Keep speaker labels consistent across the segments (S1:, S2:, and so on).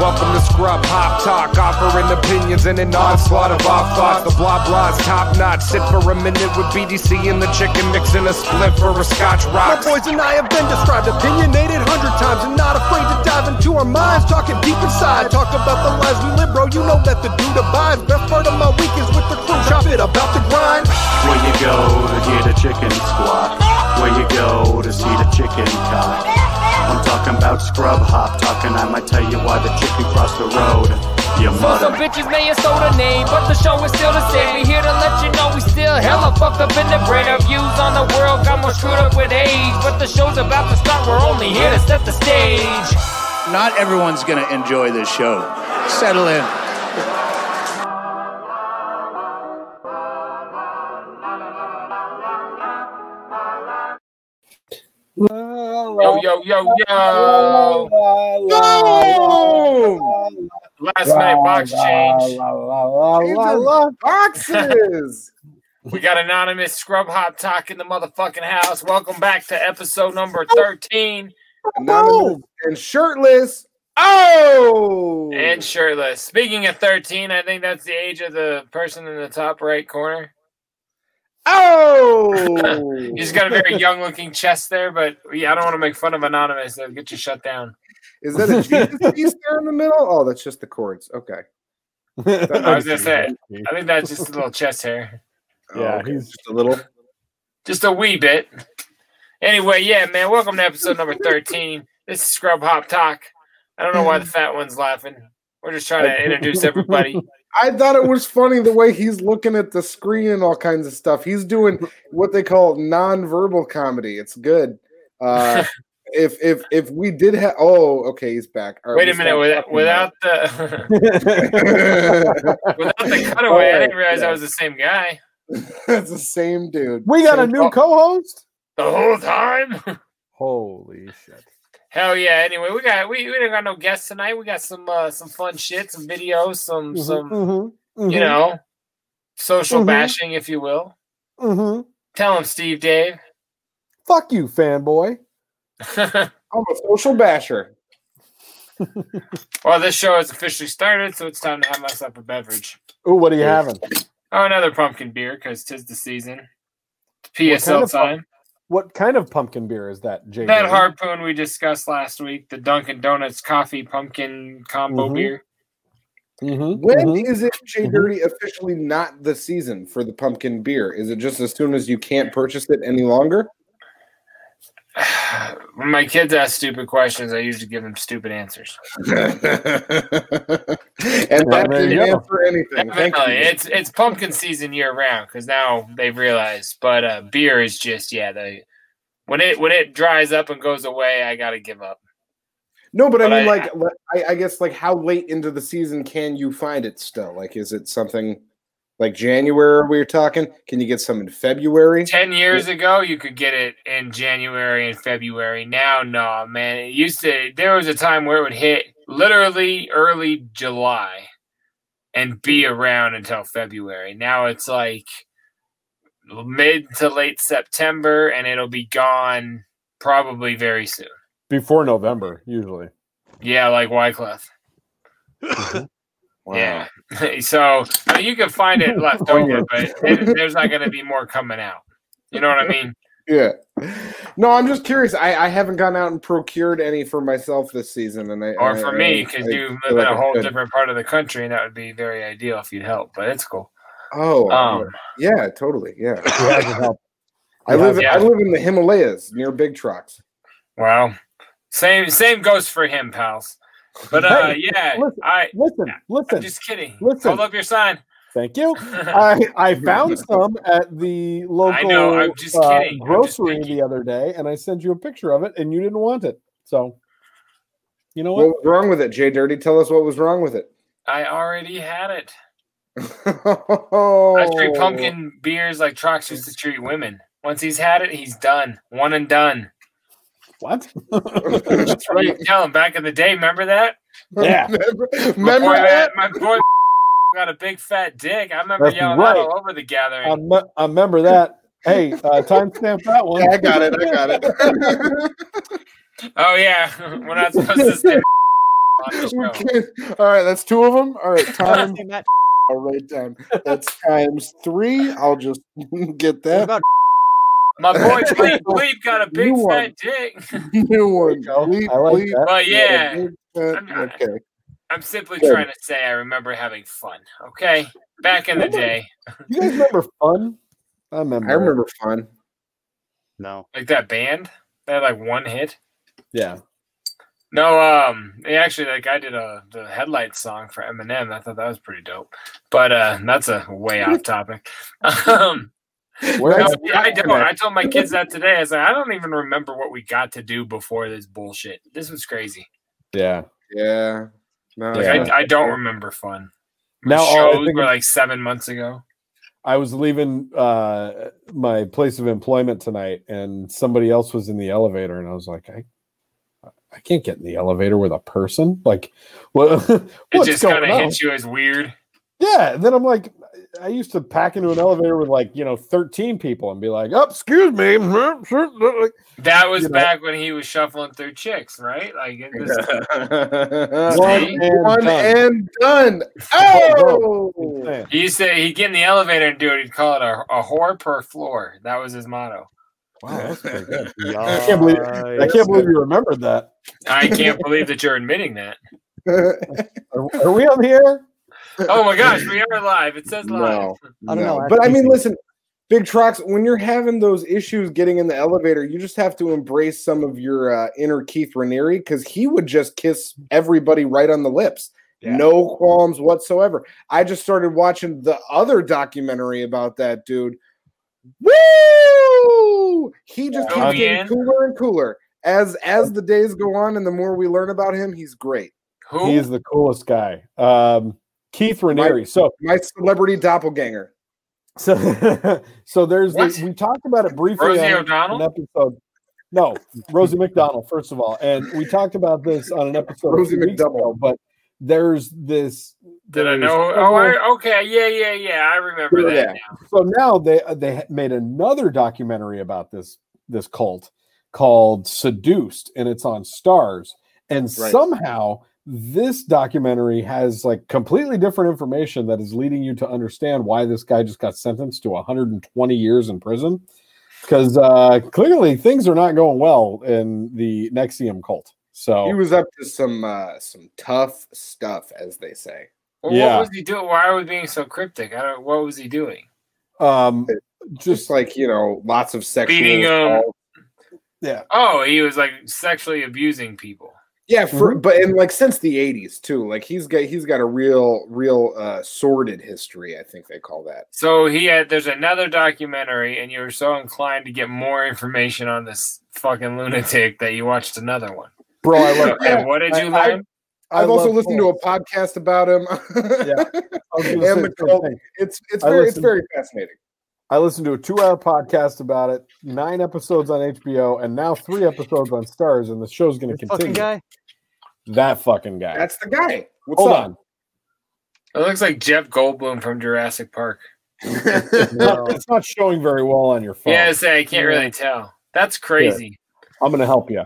S1: Welcome to Scrub Hop Talk, offering opinions in an onslaught of off thought. The blah blah's top notch. Sit for a minute with BDC and the chicken, mixing a split for a scotch rock.
S2: My boys and I have been described, opinionated hundred times, and not afraid to dive into our minds, talking deep inside. Talk about the lives we live, bro. You know that the dude abides. Best part of my week is with the crew, chop it about the grind.
S3: Where you go to get a chicken squat? Where you go to see the chicken cot? I'm talking about Scrub Hop Talk, and I might tell you why the chicken crossed the road. You
S4: Mother
S3: mother.
S4: bitches may have sold a name, but the show is still the same. We here to let you know we still hella fucked up in the brain. Our views on the world got more screwed up with age, but the show's about to start. We're only here to set the stage.
S5: Not everyone's gonna enjoy this show. Settle in.
S6: Yo, yo, yo, yo. Last night, box change.
S7: boxes.
S6: We got anonymous scrub hop talk in the motherfucking house. Welcome back to episode number 13
S7: Anonymous and shirtless. Oh,
S6: and shirtless. Speaking of 13, I think that's the age of the person in the top right corner.
S7: oh,
S6: He's got a very young looking chest there, but yeah, I don't want to make fun of anonymous. They'll get you shut down.
S7: Is that a Jesus piece there in the middle? Oh, that's just the cords. Okay.
S6: I was going to say, I think that's just a little chest hair.
S7: Yeah, he's just a little.
S6: just a wee bit. Anyway, yeah, man, welcome to episode number 13. This is Scrub Hop Talk. I don't know why the fat one's laughing. We're just trying to introduce everybody.
S7: I thought it was funny the way he's looking at the screen and all kinds of stuff. He's doing what they call nonverbal comedy. It's good. Uh, if if if we did have, oh, okay, he's back. All right,
S6: Wait a
S7: we
S6: minute,
S7: stopped
S6: without,
S7: talking about
S6: without the
S7: it.
S6: without the cutaway, I didn't realize I was the same guy
S7: That's the same dude.
S2: We got a
S7: Same
S2: new co-host.
S6: the whole time.
S2: Holy shit!
S6: Hell yeah! Anyway, we got we we don't got no guests tonight. We got some uh, some fun shit, some videos, some some
S2: Mm-hmm,
S6: you know social
S7: Mm-hmm.
S2: Mhm.
S6: bashing, if you will.
S2: hmm
S6: Tell him, Steve, Dave.
S2: Fuck you, fanboy.
S7: I'm a social basher.
S6: Well, this show has officially started, so it's time to have myself a beverage.
S2: Ooh, what are you having?
S6: Oh, another pumpkin beer because tis the season. PSL
S2: kind of
S6: time.
S2: What kind of pumpkin beer is that, Jay?
S6: That harpoon we discussed last week, the Dunkin' Donuts coffee pumpkin combo
S2: Mhm.
S6: beer.
S2: Mm-hmm,
S7: When is it Jay Dirty officially not the season for the pumpkin beer? Is it just as soon as you can't purchase it any longer?
S6: when my kids ask stupid questions, I usually give them stupid answers.
S7: and
S2: there
S7: that didn't
S2: you go.
S7: answer anything. Thank
S6: Definitely,
S7: you.
S6: it's it's pumpkin season year round because now they've realized. But uh, beer is just yeah, the when it when it dries up and goes away, I gotta give up.
S7: No, but,
S6: But
S7: I mean,
S6: I-
S7: like, le- I, I guess, like, how late into the season can you find it still? Like, is it something like January we were talking? Can you get some in February?
S6: Ten years ago, you could get it in January and February. Now, no, man. It used to. There was a time where it would hit literally early July and be around until February. Now it's like mid to late September, and it'll be gone probably very soon.
S2: Before November, usually.
S6: Yeah, like Wycliffe. Yeah. so I mean, you can find it left over, but it, there's not going to be more coming out. You know what I mean?
S7: Yeah. No, I'm just curious. I, I haven't gone out and procured any for myself this season, and I
S6: or
S7: I-
S6: for
S7: Uh, I-
S6: me because
S7: I
S6: you
S7: feel
S6: live in
S7: like
S6: a
S7: I
S6: whole
S7: should.
S6: different part of the country and that would be very ideal if you'd help but it's cool
S7: Oh,
S6: um
S7: yeah, totally. Yeah,
S2: Who hasn't helped?
S7: I live.
S6: Yeah.
S7: I live in the Himalayas near big trucks.
S6: well same same goes for him pals but uh
S2: Hey,
S6: yeah
S2: listen,
S6: i
S2: Listen,
S6: i'm
S2: listen.
S6: just kidding
S2: listen.
S6: hold up your sign
S2: Thank you. I, I found some at the local
S6: know, I'm just
S2: uh,
S6: kidding. I'm just
S2: grocery
S6: thinking.
S2: the other day, and I sent you a picture of it, and you didn't want it. So, you know
S7: What
S2: what?
S7: was wrong with it, Jay Dirty? Tell us what was wrong with it.
S6: i already had it I
S7: Oh.
S6: treat pumpkin beers like Trox used to treat women. Once he's had it, he's done. One and done.
S2: What?
S6: That's what you tell him back in the day. Remember that?
S2: Yeah.
S7: remember
S6: My boy,
S7: remember that?
S6: my boy got a big fat dick. I remember
S2: That's
S6: yelling
S2: right.
S6: that all over the gathering.
S2: I, me- I remember that. Hey, uh, timestamp that one.
S7: Yeah, I got it. I got it.
S6: oh yeah, we're not supposed to say on the show.
S7: Okay. All right, that's two of them. All right, time.
S8: Say that.
S7: I'll write down. That's times three. I'll just get
S8: What
S7: that
S8: about
S6: My boy Bleep Bleep got a big
S7: You
S6: fat dick.
S7: new one.
S2: go.
S7: Bleep,
S2: I like
S7: bleep,
S2: that.
S6: But yeah,
S7: bleep, that. Okay.
S6: I'm simply
S7: Good.
S6: trying to say I remember having fun. Okay, back in the day,
S2: You guys remember fun? I remember.
S7: I
S2: it.
S7: remember fun.
S2: No.
S6: like that band, they had like one hit.
S2: Yeah.
S6: No, um, they actually, that guy did a the headlight song for Eminem. I thought that was pretty dope. But uh, that's a way off topic. Um,
S2: Where
S6: no, yeah, I don't. I told my kids that today. I was like, I don't even remember what we got to do before this bullshit. This was crazy.
S2: yeah.
S7: Yeah. No,
S6: Like,
S2: Yeah.
S6: I, I don't remember fun.
S2: Now all I
S6: shows
S2: think
S6: were
S2: of-
S6: like seven months ago.
S2: I was leaving uh, my place of employment tonight, and somebody else was in the elevator, and I was like, I, I can't get in the elevator with a person. Like, what,
S6: It
S2: what's
S6: just kind
S2: going
S6: of
S2: on?
S6: hits you as weird.
S2: Yeah. And then I'm like, I used to pack into an elevator with like you know 13 people and be like, oh, excuse me, like,
S6: That was
S2: You know.
S6: back when he was shuffling through chicks, right? Like it was,
S2: one
S6: See?
S2: and
S7: One
S2: done.
S7: and done.
S2: That's what
S7: Oh,
S2: I'm saying.
S6: he used to he'd get in the elevator and do it. He'd call it a, a whore per floor. That was his motto.
S2: Wow, that's pretty good. I can't believe I can't believe you remembered that.
S6: I can't believe that you're admitting that.
S2: Are, are we on the air?
S6: Oh my gosh, we are live. It says live.
S7: no,
S8: I don't
S7: no.
S8: know,
S7: But I
S8: actually.
S7: mean, listen, Big Trox, when you're having those issues getting in the elevator, you just have to embrace some of your uh, inner Keith Raniere because he would just kiss everybody right on the lips.
S2: Yeah.
S7: No qualms whatsoever. I just started watching the other documentary about that dude. Woo! He just
S6: Yeah.
S7: keeps getting
S6: Julian.
S7: cooler and cooler as as the days go on, and the more we learn about him, he's great.
S6: Who?
S2: He is the coolest guy. Um, Keith Raniere. So
S7: My celebrity doppelganger.
S2: so so there's
S6: What?
S2: the, we talked about it briefly
S6: Rosie
S2: on
S6: O'Donnell?
S2: an episode. No, Rosie McDonald, first of all. And we talked about this on an episode
S7: Rosie
S2: a few weeks
S7: McDouble.
S2: ago, but there's this
S6: Did I
S2: there's
S6: know? Oh,
S2: several-
S6: I, okay. Yeah, yeah, yeah. I remember
S7: Yeah.
S6: that. now.
S2: so now they uh, they ha- made another documentary about this this cult called seduced and it's on stars and somehow this documentary has like completely different information that is leading you to understand why this guy just got sentenced to 120 years in prison because uh clearly things are not going well in the nexium cult so
S6: Oh.
S7: He was up to some uh, some tough stuff, as they say.
S6: Well,
S2: Yeah.
S6: What was he doing? Why are we being so cryptic? I don't. What was he doing?
S2: um
S7: Just
S2: just like
S7: like you know, lots of sexual.
S6: Beating, um,
S7: assault.
S6: Oh, he was like sexually abusing people.
S7: yeah, for,
S2: Mm-hmm.
S7: but and like since the '80s too. Like he's got he's got a real real uh, sordid history. I think they call that.
S6: So he had. There's another documentary, and you were so inclined to get more information on this fucking lunatic that you watched another one.
S2: bro i love
S6: and what did
S2: I-
S6: you
S2: I-
S6: learn?
S2: I
S7: I've also
S2: love
S7: listened to a podcast about him.
S2: I was gonna
S7: and
S2: say
S7: the
S2: the same
S7: cult.
S2: thing.
S7: it's it's
S2: I
S7: very it's
S2: listened-
S7: very fascinating.
S2: I listened to a two-hour podcast about it, nine episodes on HBO, and now three episodes on Stars, and the show's going to This fucking
S8: fucking
S2: continue.
S8: guy?
S2: That fucking guy.
S7: That's the guy. What's
S2: Hold
S7: up?
S2: on.
S6: It looks like Jeff Goldblum from Jurassic Park.
S2: No, it's not showing very well on your phone.
S6: Yeah, I say I can't really tell. That's crazy.
S2: I'm going to help you.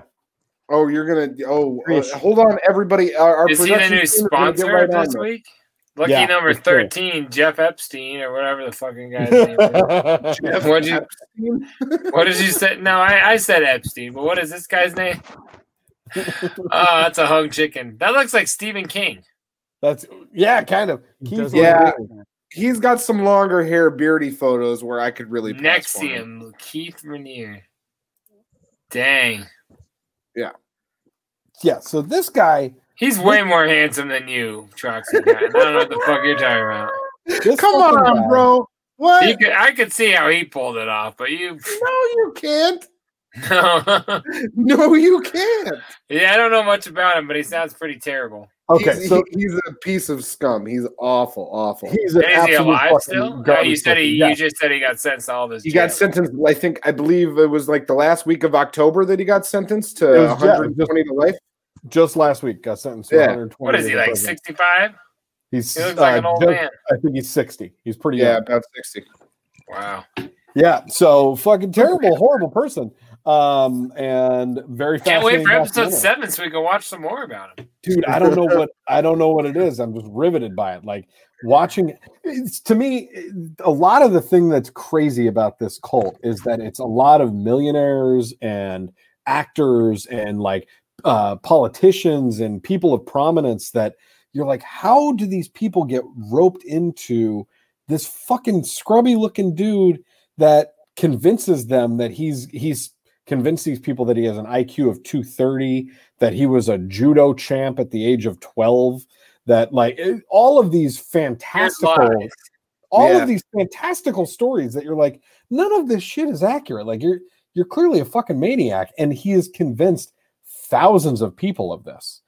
S7: Oh, you're gonna. Oh, uh,
S2: Trish.
S7: hold on, everybody. Our, our
S6: Is he the
S7: production
S6: new
S7: team is gonna get
S6: sponsor
S7: right
S6: of
S7: on
S6: this
S7: this.
S6: week? Lucky
S2: Yeah,
S6: number
S2: for sure.
S6: thirteen, Jeff Epstein or whatever the fucking guy's name is. What'd you, what did you say? No, I, I said Epstein, but what is this guy's name? Oh, that's a hung chicken. That looks like Stephen King.
S2: That's yeah, kind of. Keith
S7: Yeah.
S2: Lee.
S7: He's got some longer hair, beardy photos where I could really pass for him.
S6: Nexium, Keith Rainier. Dang.
S2: yeah. So this guy,
S6: He's way more handsome than you, Troxy. guy. I don't know what the fuck you're talking about.
S2: this
S7: Come
S2: fucking
S7: on,
S2: guy-
S7: bro. What?
S6: You could, I could see how he pulled it off, but you.
S7: no, you can't.
S6: No.
S7: No, you can't.
S6: yeah, I don't know much about him, but he sounds pretty terrible.
S2: Okay,
S7: he's,
S2: so
S7: he- he's a piece of scum. He's awful, awful.
S2: He's
S6: Is he alive still? No, you said he, you just said he got sentenced to all this.
S7: He got
S6: jail.
S7: sentenced. I think I believe it was like the last week of October that he got sentenced to
S2: It was, yeah,
S7: 120 to life.
S2: just last week got sentenced to
S7: Yeah.
S2: 120.
S6: What is he
S2: days in
S6: like?
S2: prison.
S6: Sixty-five?
S2: He's
S6: He looks like an old
S2: just-
S6: man.
S2: I think he's 60. He's pretty
S7: Yeah,
S2: young.
S7: about 60.
S6: Wow.
S2: Yeah, so fucking terrible, horrible person. Um, and very
S6: Can't wait
S2: fascinating
S6: for episode
S2: documentary.
S6: seven so we can watch some more about him.
S2: dude. I don't know what I don't know what it is. I'm just riveted by it. Like watching, it's, to me, a lot of the thing that's crazy about this cult is that it's a lot of millionaires and actors and like uh, politicians and people of prominence that you're like, how do these people get roped into this fucking scrubby looking dude that convinces them that he's he's convinced these people that he has an IQ of 230, that he was a judo champ at the age of 12, that like it- all of these fantastical
S6: lies.
S2: all
S7: Yeah.
S2: of these fantastical stories that you're like none of this shit is accurate. Like you're you're clearly a fucking maniac and he has convinced thousands of people of this.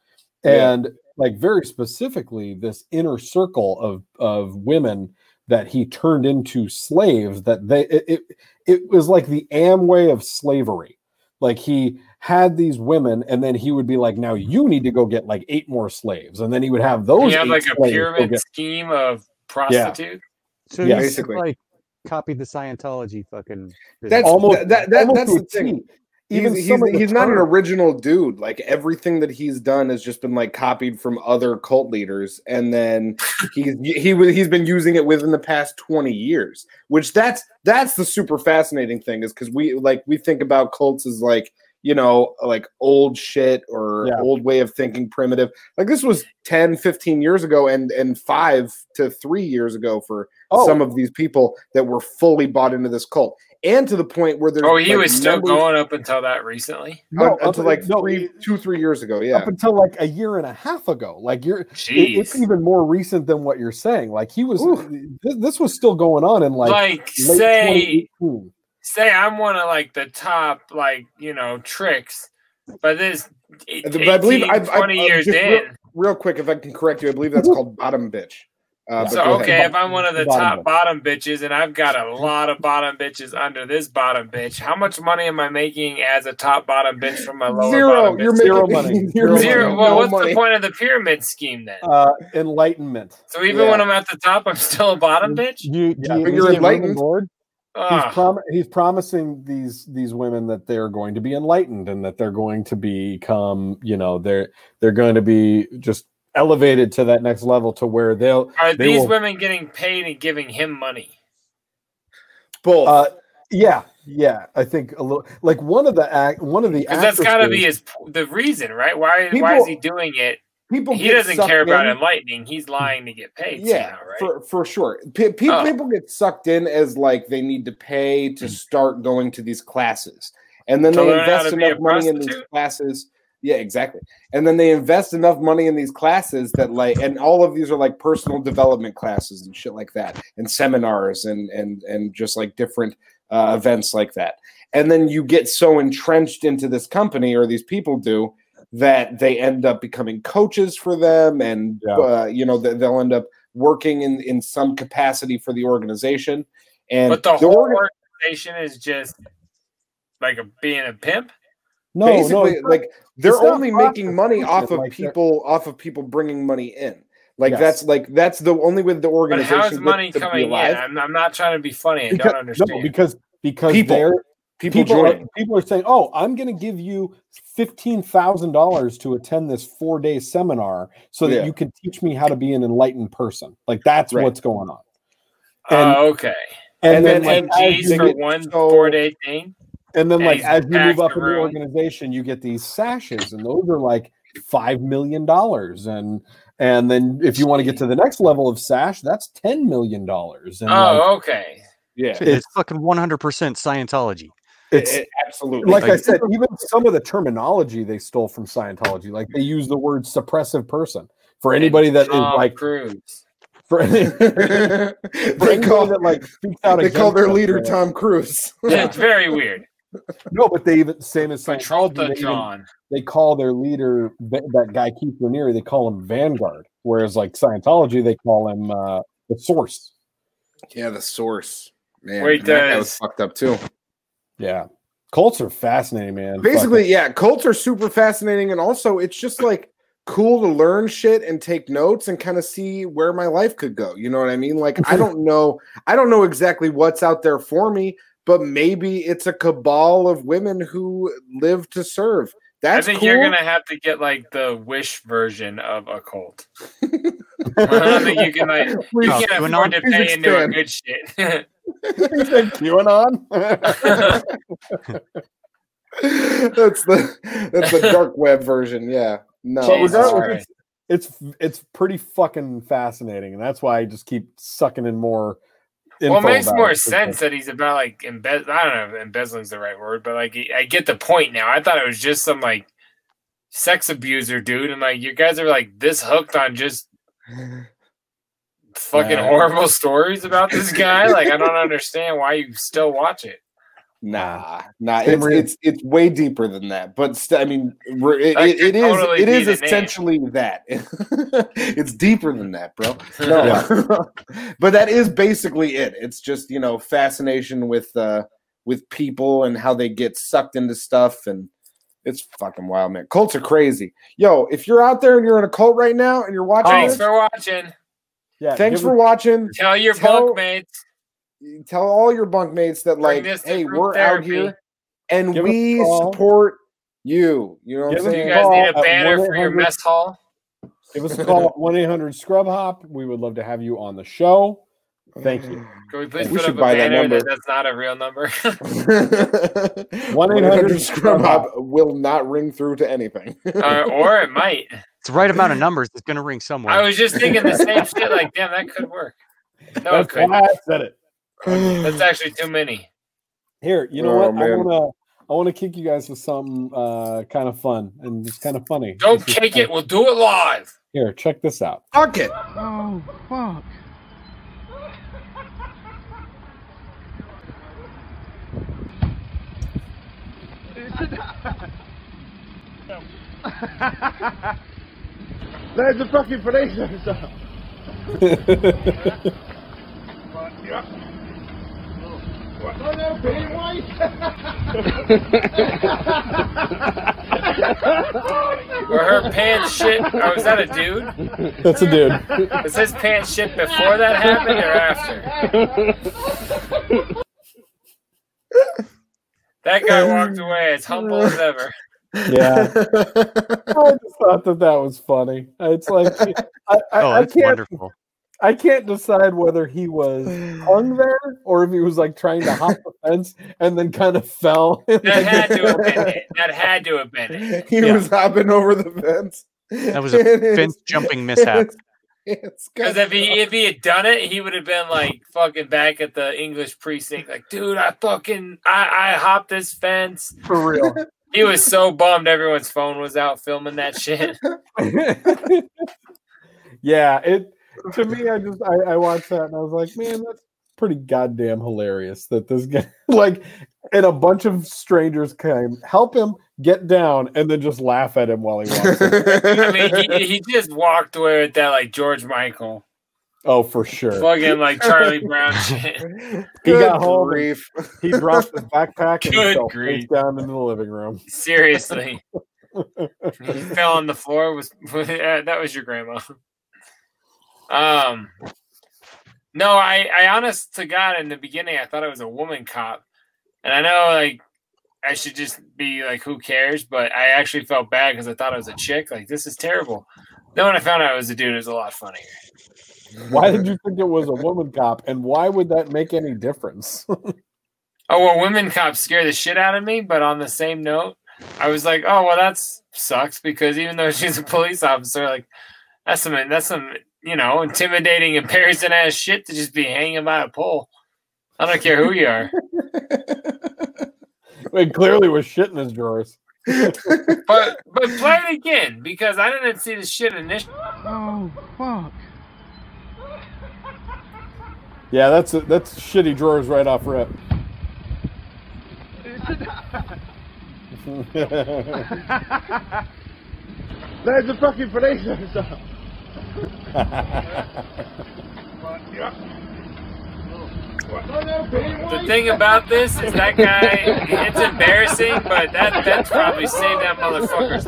S7: Yeah.
S2: And like very specifically this inner circle of of women that he turned into slaves that they it, it, it was like the amway of slavery like he had these women and then he would be like now you need to go get like eight more slaves and then he would have those
S6: You have
S2: eight
S6: like a
S2: slaves go
S6: pyramid
S2: get-
S6: scheme of prostitutes.
S3: So
S2: Yeah,
S3: you
S7: basically.
S3: basically like copied the Scientology fucking.
S7: That's
S2: Almost-
S7: almost that, that,
S2: almost
S7: that's
S2: to
S7: the
S2: a
S7: thing.
S2: T.
S7: Even
S2: Even
S7: he's,
S2: some of
S7: he's,
S2: the
S7: he's not an
S2: terms.
S7: original dude. Like everything that he's done has just been like copied from other cult leaders, and then he's he was he's been using it within the past twenty years. Which that's that's the super fascinating thing is because we like we think about cults as like you know like old shit or
S2: Yeah.
S7: old way of thinking primitive like this was 10 15 years ago and and 5 to 3 years ago for
S2: Oh.
S7: some of these people that were fully bought into this cult and to the point where there's
S6: Oh, he
S7: like,
S6: was still
S7: members-
S6: going up until that recently.
S2: No,
S7: un-
S2: up-
S7: until like
S2: no,
S7: three, two, three years ago.
S2: up
S7: Yeah,
S2: until like a year and a half ago like you're it- it's
S6: Jeez.
S2: even more recent than what you're saying like he was
S7: Ooh.
S2: this, this was still going on in like,
S6: Like,
S2: late
S6: say
S2: 2018.
S6: say I'm one of like the top like you know tricks, but this
S7: I
S6: 18,
S7: th- I believe I, I,
S6: 20
S7: I-
S6: years
S7: just
S6: in.
S7: real, real quick, if I can correct you, I believe that's called bottom bitch. Uh, but
S6: So
S7: go ahead.
S6: okay, if I'm one of the
S2: Bottom
S6: top
S2: bitch.
S6: bottom bitches, and I've got a lot of bottom bitches under this bottom bitch, how much money am I making as a top bottom bitch from my lower
S7: zero.
S6: bottom
S7: You're
S6: bitch?
S7: making
S2: Zero money.
S7: You're making
S6: Zero. Well,
S7: no
S6: what's
S7: money.
S6: the point of the pyramid scheme then?
S2: uh enlightenment
S6: So even
S7: yeah.
S6: when I'm at the top, I'm still a bottom bitch.
S3: You, do
S2: Yeah,
S3: you
S7: but
S3: at least get
S7: you're
S3: room and
S7: enlightened.
S3: board?
S2: he's,
S6: Ugh.
S2: prom- he's promising these these women that they're going to be enlightened and that they're going to become you know they're they're going to be just elevated to that next level to where they'll
S6: Are
S2: they
S6: these
S2: will-
S6: women getting paid and giving him money?
S7: Both.
S2: uh yeah yeah i think a little like one of the act one of the
S6: Because that's got to be
S2: actresses-
S6: his the reason, right? Why why is he doing it?
S7: people
S6: He
S7: get
S6: doesn't
S7: sucked
S6: care about
S7: in. Mm.
S6: enlightening. He's lying to get paid.
S7: Yeah,
S6: somehow, right?
S7: for for sure. Pe- pe-
S6: Oh. Hmm.
S7: People get sucked in as like they need to pay to start going to these classes, and then
S6: To
S7: they
S6: learn how
S7: invest
S6: to be
S7: enough
S6: a
S7: money in these
S6: prostitute?
S7: classes. Yeah, exactly. And then they invest enough money in these classes that like, and all of these are like personal development classes and shit like that, and seminars and and and just like different uh, events like that. And then you get so entrenched into this company or these people do that they end up becoming coaches for them and
S2: Yeah.
S7: uh, you know they- they'll end up working in in some capacity for the organization and
S6: but the, whole
S7: organ-
S6: organization is just like a, being a pimp.
S2: no
S7: basically
S2: no,
S7: like they're
S2: it's not
S7: only
S2: profit,
S7: making money
S2: it's
S7: off of
S2: like they're-
S7: people off of people bringing money in like
S2: Yes.
S7: that's like that's the only way the
S6: But
S7: organization
S6: how is money
S7: gets to be
S6: coming in?
S7: alive.
S6: I'm, I'm not trying to be funny. I
S2: because,
S6: don't
S2: no,
S6: understand.
S2: because because
S7: People.
S2: they're
S7: people,
S2: people,
S7: joining
S2: are, people are saying, "Oh, I'm going to give you fifteen thousand dollars to attend this four day seminar so that
S7: Yeah.
S2: you can teach me how to be an enlightened person." Like that's
S7: Right.
S2: what's going on. and-
S6: oh, okay.
S2: And,
S7: And
S2: then,
S7: then
S2: like,
S6: Ten
S2: as
S6: G's
S2: you
S6: for
S2: get-
S6: one
S7: so-
S6: four day thing.
S2: and then
S6: and
S2: like
S6: he's
S2: as you
S6: back
S2: move up
S6: to
S2: in the
S6: ruin.
S2: organization, you get these sashes, and those are like five million dollars. And and then if you want to get to the next level of sash, that's ten million dollars. And like,
S6: Oh, okay.
S7: yeah
S2: It's-
S3: It's fucking 100% Scientology.
S2: it's
S7: it- absolutely
S2: like, I
S3: Like-
S2: said, even some of the terminology they stole from Scientology, like they use the word suppressive person for anybody that is
S6: Tom
S2: like
S6: Cruise.
S2: for, any, for
S7: they
S2: anybody
S7: call
S2: that like speaks out
S7: they call their
S2: against
S7: leader
S2: it.
S7: Tom Cruise
S6: It's very weird.
S2: no, but they even same as Scientology.
S6: Patrolta
S2: They, even,
S6: John.
S2: they call their leader th- that guy Keith Raniere. They call him Vanguard, whereas like Scientology, they call him uh, the Source.
S7: Yeah, the source. Man,
S2: Wait,
S7: that, that
S2: does-
S7: was fucked up too.
S2: Yeah, cults are fascinating, man.
S7: Basically, yeah, cults are super fascinating, and also it's just like cool to learn shit and take notes and kind of see where my life could go. You know what I mean? Like I don't know, I don't know exactly what's out there for me, but maybe it's a cabal of women who live to serve.
S6: I
S7: That's
S6: think
S7: cool.
S6: you're gonna have to get like the wish version of a cult. I don't think you can like
S7: Please-
S6: you can't
S7: QAnon,
S6: afford to
S7: please
S6: pay into a
S7: expand.
S6: good shit.
S2: QAnon.
S7: that's the that's the dark web version. Yeah. No.
S2: But
S7: Jesus
S2: regardless,
S7: Christ.
S2: it's, it's it's pretty fucking fascinating, and that's why I just keep sucking in more.
S6: well, it
S2: info
S6: makes
S2: about
S6: more
S2: it.
S6: sense that he's about like embez. I don't know if embezzling's the right word, but like I get the point now. I thought it was just some like sex abuser dude, and like you guys are like this hooked on just fucking
S7: Nah.
S6: horrible stories about this guy. like I don't understand why you still watch it.
S7: Nah, nah,
S2: Same
S7: it's,
S2: reason.
S7: it's it's way deeper than that. But st- I mean, we're, it,
S6: That
S7: it,
S6: could
S7: it is
S6: totally
S7: it
S6: be
S7: is
S6: the name.
S7: essentially that. it's deeper than that, bro. No,
S6: Yeah.
S7: but that is basically it. It's just you know fascination with uh with people and how they get sucked into stuff, and it's fucking wild, man. Cults are crazy, yo. If you're out there and you're in a cult right now and you're watching,
S6: Thanks
S7: this,
S6: for watching.
S2: Yeah,
S7: thanks
S2: give
S7: for
S2: us-
S7: watching.
S6: Tell your
S7: Tell-
S6: bunkmates.
S7: Tell all your bunkmates that
S6: Bring
S7: like,
S6: this to
S7: hey,
S6: group
S7: we're
S6: therapy.
S7: out here and
S2: Give us a
S7: we
S2: call.
S7: support you. You know what I'm
S2: Give us
S6: Do
S2: a
S7: saying?
S6: you guys
S2: call uh,
S6: need a
S2: at
S6: banner for your
S2: 1-800
S6: mess hall?
S2: Give us a call at one eight hundred Scrub Hop. We would love to have you on the show. Thank you.
S6: Can we please
S7: We
S6: put
S7: should
S6: up a
S7: buy that
S6: banner that,
S7: number.
S6: that's not a real number?
S2: One
S7: 100
S2: 800
S7: Scrub Hop will not ring through to anything.
S6: or, Uh, or it might.
S3: It's the right amount of numbers. It's going to ring
S6: I
S3: somewhere.
S6: was just thinking the same shit. Like, damn, that could work. No, it
S2: That's
S6: couldn't.
S2: why I said it.
S6: That's actually too many.
S2: Here, you know
S7: Oh,
S2: what? I
S7: man.
S2: wanna I wanna kick you guys with something uh kind of fun and just kind of funny.
S6: Don't
S2: This is
S6: kick
S2: kinda-
S6: it. We'll do it live.
S2: Here, check this out.
S7: Fuck it.
S4: Oh, fuck.
S9: There's the fucking police officer.
S6: Were her pants shit? Or was that a dude?
S2: That's a dude.
S6: Was his pants shit before that happened or after? that guy walked away as humble as ever.
S2: Yeah. I just thought that that was funny. It's like I, I,
S3: oh,
S2: I
S3: that's
S2: can't
S3: wonderful.
S2: I can't decide whether he was hung there or if he was like trying to hop the fence and then kind of fell.
S6: That had to have been it. That had to have been it.
S7: he
S2: Yeah.
S7: was hopping over the fence.
S3: That was a
S7: It is-
S3: fence jumping mishap.
S7: It's
S6: Because if he if he had done it, he would have been like fucking back at the English precinct, like, dude, I fucking I, I hopped this fence.
S2: For real.
S6: He was so bummed everyone's phone was out filming that shit.
S2: yeah, it to me, I just I, I watched that and I was like, man, that's pretty goddamn hilarious that this guy like and a bunch of strangers came help him get down and then just laugh at him while he walks. away.
S6: I mean, he, he just walked away with that like George Michael,
S2: oh, for sure.
S6: fucking like Charlie Brown shit.
S2: He
S7: Good
S2: got home. and
S7: grief.
S2: He dropped his backpack and
S6: Good
S2: he fell
S6: grief.
S2: face down into the living room.
S6: Seriously, he fell on the floor. Was yeah, that was your grandma? Um, no, I, I honest to God, in the beginning, I thought it was a woman cop, and I know like I should just be like, who cares? But I actually felt bad because I thought it was a chick. Like this is terrible. Then when I found out it was a dude, it was a lot funnier.
S2: Why did you think it was a woman cop? And why would that make any difference?
S6: Oh well, women cops scare the shit out of me. But on the same note, I was like, oh well, that sucks because even though she's a police officer, like that's some that's some you know intimidating, embarrassing ass shit to just be hanging by a pole. I don't care who you are.
S2: it clearly was shit in his drawers.
S6: But but play it again because I didn't see the shit initially.
S4: Oh, fuck.
S2: Yeah, that's a, that's shitty drawers right off rip.
S9: There's a fucking police officer.
S6: The thing about this is that guy, it's embarrassing, but that that's probably saved that motherfucker's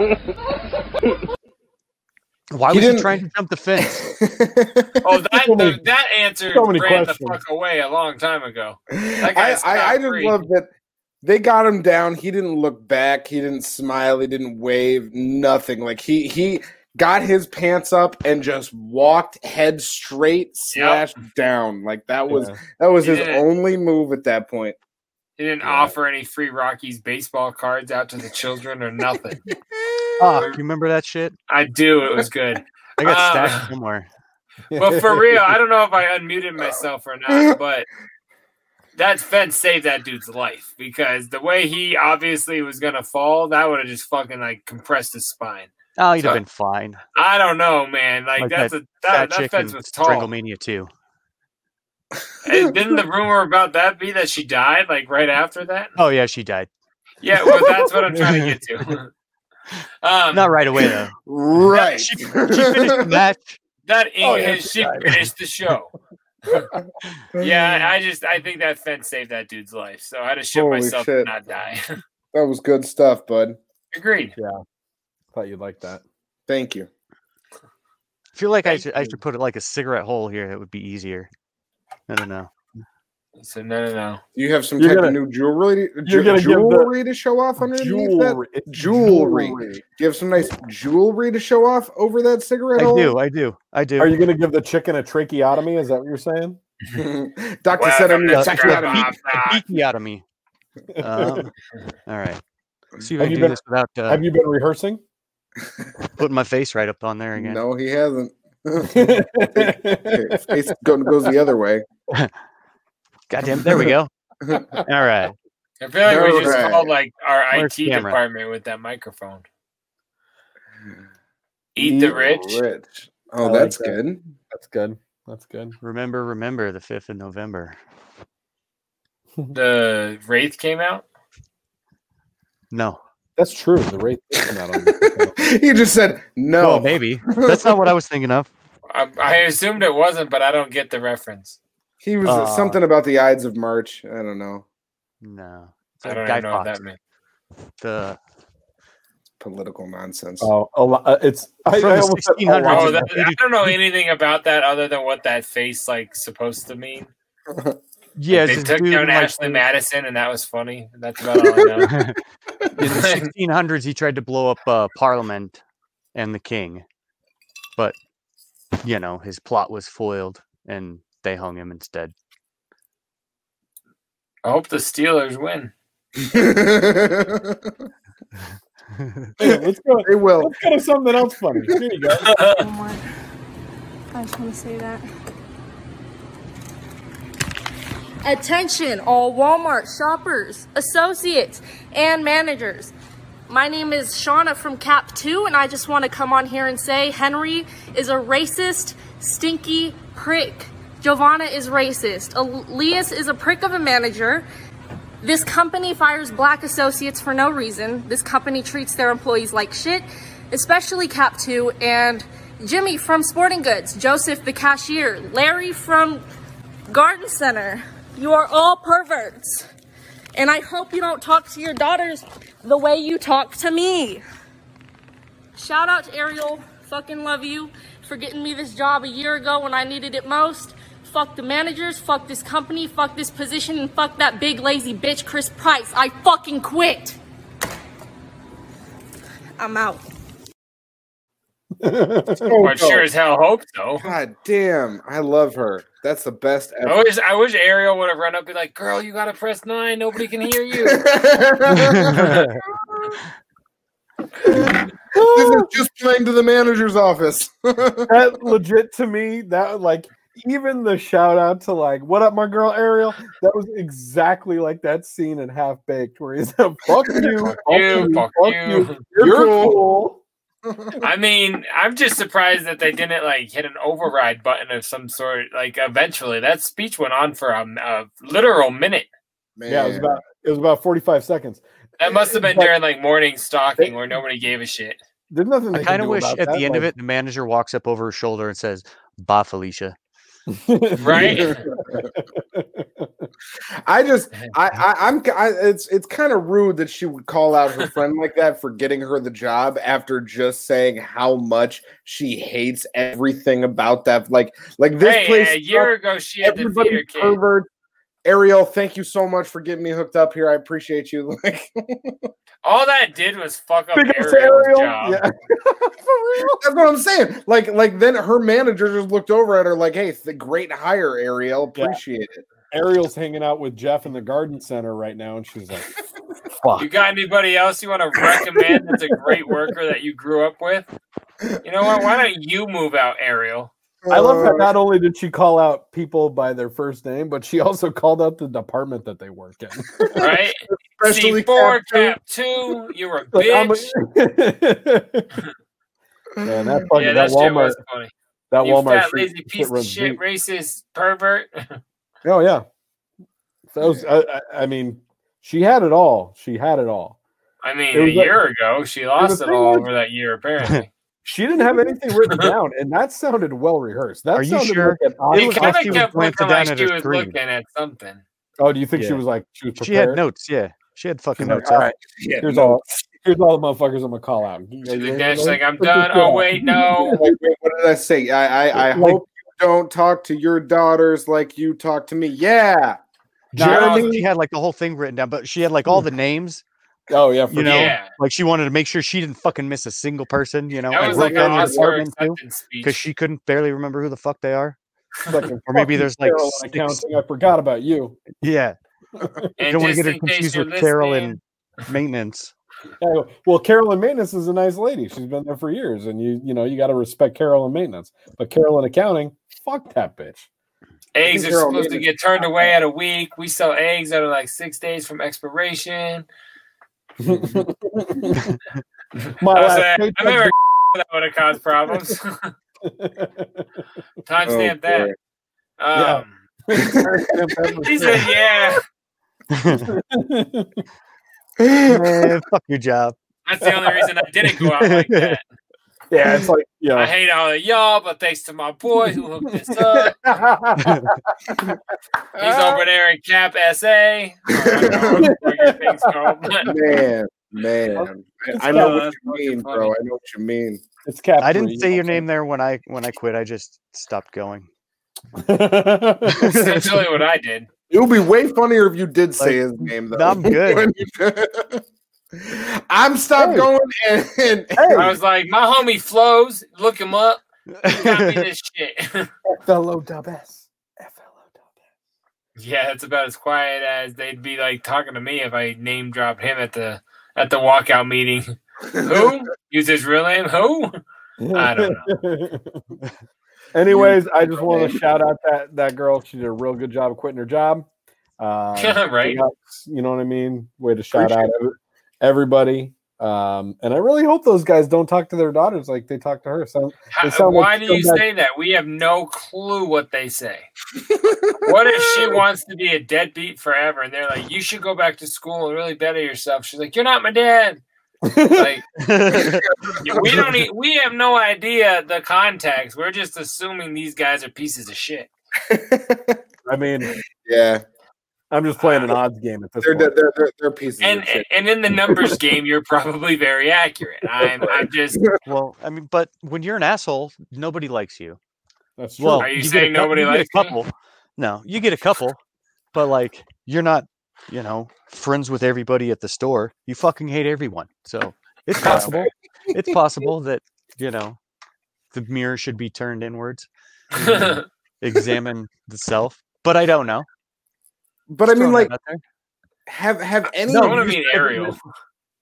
S6: life.
S3: Why was
S7: He
S3: he
S7: didn't-
S3: trying to jump the fence?
S6: Oh, that the, that answer
S7: so many
S6: ran the
S7: questions.
S6: fuck away a long time ago. That
S7: I,
S6: guy's
S7: I, I
S6: not
S7: just
S6: free.
S7: love that they got him down. He didn't look back. He didn't smile. He didn't wave. Nothing. Like he he got his pants up and just walked head straight slash down. Like that was
S6: Yeah.
S7: that was
S6: He
S7: his
S6: did it.
S7: only move at that point.
S6: He didn't offer any free Rockies baseball cards out to the children or nothing.
S3: Ah, you remember that shit?
S6: I do. It was good.
S3: I got
S6: Uh,
S3: stacked somewhere.
S6: Well, for real, I don't know if I unmuted myself or not, but that fence saved that dude's life because the way he obviously was gonna fall, that would have just fucking like compressed his spine.
S3: Oh, you'd have been fine.
S6: I don't know, man. Like, that's a that, that
S3: chick
S6: fence
S3: in
S6: was tall.
S3: Stranglemania too.
S6: And didn't the rumor about that be that she died like right after that?
S3: Oh yeah, she died.
S6: Yeah, well, that's what I'm trying to get to. Um,
S3: Not right away though.
S7: Right.
S6: She, she
S3: finished the match.
S6: That English,
S3: Oh, yeah,
S6: she finished the show. yeah, I just I think that fence saved that dude's life. So I'd have shit
S7: Holy
S6: myself
S7: shit.
S6: and not die.
S7: That was good stuff, bud.
S6: Agreed.
S2: Yeah. Thought you'd like that.
S7: Thank you.
S3: I feel like I should I should put it like a cigarette hole here. That would be easier. I don't know.
S6: So no, no, no.
S7: You have some
S3: You're
S7: type of
S3: gonna-
S7: new jewelry,
S3: you're gonna
S7: ju-
S3: give the-
S7: jewelry to show off underneath
S2: Jewelry.
S7: that. Jewelry. Do you have some nice jewelry to show off over that cigarette? hole?
S3: I do. I do.
S2: Are you going to give the chicken a tracheotomy? Is that what you're saying?
S7: Doctor said I need a tracheotomy.
S6: Ah.
S3: Tracheotomy. Um, all right. See if I
S2: Have
S3: can
S2: you
S3: do
S2: been-
S3: this without uh,
S2: Have you been rehearsing?
S3: putting my face right up on there again.
S7: No, he hasn't. Face go- goes the other way.
S3: Goddamn! There we go. All right.
S6: I feel like we just
S3: Alright.
S6: called like our
S3: Where's
S6: IT
S3: camera?
S6: department with that microphone. Eat the rich.
S7: Oh,
S3: I like
S7: that's
S3: that.
S7: good.
S2: That's good. That's good.
S3: Remember, remember the fifth of November.
S6: The Wraith came out.
S3: No.
S2: That's true. The rate is not on.
S7: he just said no.
S3: Well, maybe that's not what I was thinking of.
S6: I, I assumed it wasn't, but I don't get the reference.
S7: He was
S3: Uh,
S7: something about the Ides of March. I don't know.
S3: No. It's
S6: I
S3: like
S6: don't
S3: Guy
S6: even know what
S3: Fawkes,
S6: that means.
S3: The
S7: Political nonsense.
S2: Oh, a lot, uh, it's I,
S3: From
S2: I
S3: the
S2: almost said a
S3: 1600s.
S2: lot.
S6: Oh, that, I don't know anything about that other than what that face like supposed to mean.
S3: yeah,
S6: they
S3: it's this
S6: took
S3: dude
S6: down
S3: in, like,
S6: Ashley Madison, and that was funny. That's
S2: Oh,
S6: about all I know.
S3: in the 1600s he tried to blow up uh, parliament and the king but you know his plot was foiled and they hung him instead
S6: I hope the Steelers win.
S2: Hey, let's go.
S7: They will.
S2: Let's go to something else funny. Here you go.
S10: I just want to say that. Attention, all Walmart shoppers, associates, and managers. My name is Shauna from Cap 2, and I just want to come on here and say Henry is a racist, stinky prick. Giovanna is racist. Elias is a prick of a manager. This company fires black associates for no reason. This company treats their employees like shit, especially Cap 2 and Jimmy from Sporting Goods, Joseph the cashier, Larry from Garden Center. You are all perverts. And I hope you don't talk to your daughters the way you talk to me. Shout out to Ariel, fucking love you for getting me this job a year ago when I needed it most. Fuck the managers, fuck this company, fuck this position, and fuck that big lazy bitch, Chris Price. I fucking quit. I'm out.
S7: Oh,
S6: I sure as hell hope so.
S7: God damn, I love her. That's the best
S6: I
S7: ever.
S6: wish I wish Ariel would have run up and be like, "Girl, you gotta press nine. Nobody can hear you."
S7: this is just playing to the manager's office.
S2: that legit to me that like even the shout out to like what up my girl ariel that was exactly like that scene in half baked where he's like fuck you fuck
S6: you,
S2: you,
S6: fuck
S2: fuck
S6: you.
S2: you, you're, cool.
S6: I mean, I'm just surprised that they didn't like hit an override button of some sort. Like, eventually, that speech went on for a, a literal minute.
S2: Yeah, it was about it was about forty five seconds.
S6: That must have been
S2: But
S6: during like morning stalking where nobody gave a shit.
S2: There's nothing.
S3: I
S2: they can
S3: kind of
S2: do
S3: wish
S2: about
S3: at
S2: that,
S3: the end of
S2: like-
S3: it, the manager walks up over her shoulder and says, "Bye, Felicia."
S6: Right?
S7: I just, I, I I'm, I, it's, it's kind of rude that she would call out her friend like that for getting her the job after just saying how much she hates everything about that. Like, like this
S6: Hey,
S7: place.
S6: a year ago, she had the theater
S7: everybody
S6: kid.
S7: pervert. Ariel, thank you so much for getting me hooked up here. I appreciate you. Like,
S6: All that did was fuck up
S7: Big up to
S6: Ariel's
S7: Ariel.
S6: job.
S7: Yeah. That's what I'm saying. Like, like then her manager just looked over at her like, "Hey, it's the great hire, Ariel.
S2: Yeah.
S7: Appreciate it."
S2: Ariel's hanging out with Jeff in the garden center right now, and she's like,
S6: You got anybody else you want to recommend that's a great worker that you grew up with? You know what? Why don't you move out, Ariel?
S2: I love
S3: Uh,
S2: that not only did she call out people by their first name, but she also called out the department that they work in.
S6: Right?
S7: Especially
S6: C4,
S7: Cap two.
S6: Cap 2, you're a
S2: Like, I'm a-
S6: bitch.
S2: Man, that, fucking,
S6: yeah, that,
S2: that
S6: shit
S2: Walmart,
S6: was funny.
S2: that
S6: you
S2: Walmart
S6: fat,
S2: shit-
S6: lazy
S2: shit
S6: piece of
S2: runs
S6: shit,
S2: deep.
S6: racist pervert.
S2: Oh yeah, that was. I, I, I mean, she had it all. She had it all.
S6: I mean,
S2: It
S6: a
S2: was like-
S6: year ago, she lost it
S2: thing
S6: all
S2: was-
S6: over that year, apparently.
S2: She didn't have anything written down, and that sounded well rehearsed. That
S3: Are you
S2: sounded
S3: sure?
S2: Like an
S3: I
S6: She
S2: audio-
S3: was- I
S6: kind of
S3: she was
S6: kept
S3: glancing
S6: looking
S3: down
S6: like
S3: at
S6: she
S3: her
S6: was
S3: screen.
S6: looking at something.
S2: oh, do you think she
S3: Yeah.
S2: was like she was
S3: She had
S2: prepared?
S3: notes. Yeah, she had fucking
S2: Like,
S3: notes.
S2: all
S3: out.
S2: right,
S7: Yeah,
S2: here's
S7: no.
S2: all. Here's all the motherfuckers I'm gonna call out.
S6: The dash like, I'm done. Oh, wait, no.
S7: Like, wait, what did I say? I, I, I
S2: Like-
S7: hope you don't talk to your daughters like you talk to me. Yeah,
S3: No, I don't think
S2: Jeremy-
S3: she had like the whole thing written down, but she had like all the names.
S2: Hmm. Oh yeah, for
S3: You know,
S2: sure.
S6: Yeah.
S3: like she wanted to make sure she didn't fucking miss a single person. You know,
S6: That was like
S3: wrote
S6: an
S3: down their
S6: Oscar
S3: apartment too,
S6: acceptance speech.
S3: because she couldn't barely remember who the fuck they are.
S2: Fucking
S3: Or maybe
S2: fucking
S3: there's, like,
S2: Carol in
S3: six-
S2: accounting. I forgot about you.
S3: Yeah,
S6: And
S3: don't want to get
S6: just
S3: her
S6: in case
S3: confused
S6: you're
S3: with Carol
S6: listening,
S3: and maintenance.
S2: Yeah, I go, well, Carolyn Maintenance is a nice lady. She's been there for years, and you you know you got to respect Carolyn Maintenance. But Carolyn Accounting, fuck that bitch.
S6: Eggs are
S7: Girl,
S6: supposed to
S7: man,
S6: get turned away at a week. We sell eggs that are like six days from expiration.
S2: My
S6: I was
S2: last
S6: like, I
S2: paycheck-
S6: remember that would have caused problems. Timestamp
S7: Oh, boy.
S6: that. Um, He said, "Yeah,
S3: Man, fuck your job.
S6: that's the only reason I didn't go out like that.
S2: yeah, it's like
S6: I
S2: yeah.
S6: hate all of y'all, but thanks to my boy who hooked us up. He's over there in Cap SA. I don't know where your thing's called, but-
S7: man, man. I, I know what you mean, bro. I know what you mean.
S2: It's Cap.
S3: I didn't
S2: three,
S3: say
S2: you
S3: your
S2: know
S3: name there when I when I quit. I just stopped going.
S2: what I'm saying?
S6: essentially what I did.
S7: It would be way funnier if you did say his name, though.
S3: I'm good.
S7: When you- I'm stopped
S2: Hey.
S7: going and, and-
S6: I was like, my homie flows. Look him up. Copy this shit.
S2: FLO dub S. FLO
S6: yeah, that's about as quiet as they'd be like talking to me if I name dropped him at the at the walkout meeting. Who? Use his real name? Who?
S2: dub S.
S6: I don't know.
S2: Anyways, I just want to shout out that that girl. She did a real good job of quitting her job. Uh,
S6: right?
S2: You know what I mean? Way to shout out ev- everybody. Um, and I really hope those guys don't talk to their daughters like they talk to her. So It
S6: How,
S2: sound like
S6: Uh, why do you
S2: scumbag-
S6: say that? We have no clue what they say. what if she wants to be a deadbeat forever and they're like, you should go back to school and really better yourself? She's like, you're not my dad. Like, we don't e- we have no idea the context. We're just assuming these guys are pieces of shit.
S2: I mean,
S7: yeah,
S2: I'm just playing
S6: Uh,
S2: an odds game at this
S7: they're, they're,
S2: point.
S7: they're, they're, they're pieces
S6: And
S7: of shit.
S6: and in the numbers game, you're probably very accurate. I'm I'm just
S3: well, I mean, but when you're an asshole, nobody likes you.
S2: That's true.
S3: Well,
S6: Are you
S3: get a
S6: saying
S3: cou-
S6: nobody
S3: you get a
S6: likes me?
S3: couple. No, you get a couple, but like you're not, you know, friends with everybody at the store. You fucking hate everyone. So it's possible. it's possible that you know the mirror should be turned inwards, examine the self. But I don't know.
S7: But I
S3: Just
S7: mean,
S3: throwing
S7: like,
S3: that out there.
S7: have have any
S6: I
S7: of
S6: want to
S7: you
S6: meet
S7: guys-
S6: Ariel.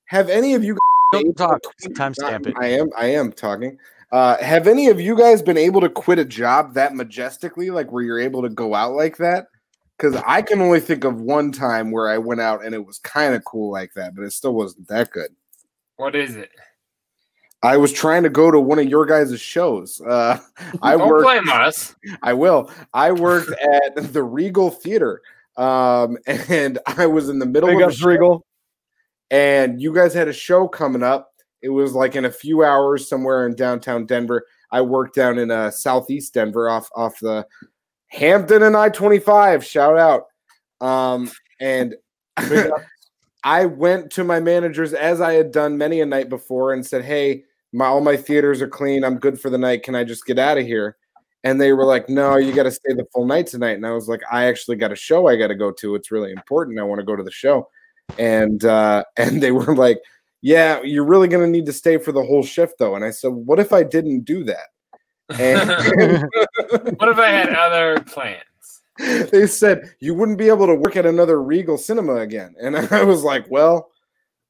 S7: Have any of you
S3: don't talk.
S7: I'm-
S3: Timestamp it.
S7: I am. I am talking. Uh, have any of you guys been able to quit a job that majestically, like where you're able to go out like that? Because I can only think of one time where I went out and it was kind of cool like that, but it still wasn't that good.
S6: What is it?
S7: I was trying to go to one of your guys' shows. Uh, I
S6: Don't
S7: worked,
S6: blame us.
S7: I will. I worked at the Regal Theater, um, and I was in the middle
S2: Big
S7: of a
S2: ups,
S7: show,
S2: Regal.
S7: And you guys had a show coming up. It was like in a few hours somewhere in downtown Denver. I worked down in uh, southeast Denver, off off the Hampton and I twenty five. Shout out. Um, and I went to my managers as I had done many a night before and said, "Hey, my all my theaters are clean. I'm good for the night. Can I just get out of here?" And they were like, "No, you got to stay the full night tonight." And I was like, "I actually got a show I got to go to. It's really important. I want to go to the show." And uh, and they were like, "Yeah, you're really going to need to stay for the whole shift, though." And I said, "What if I didn't do that?" And
S6: what if I had other plans?
S7: they said you wouldn't be able to work at another Regal cinema again. And I was like, well,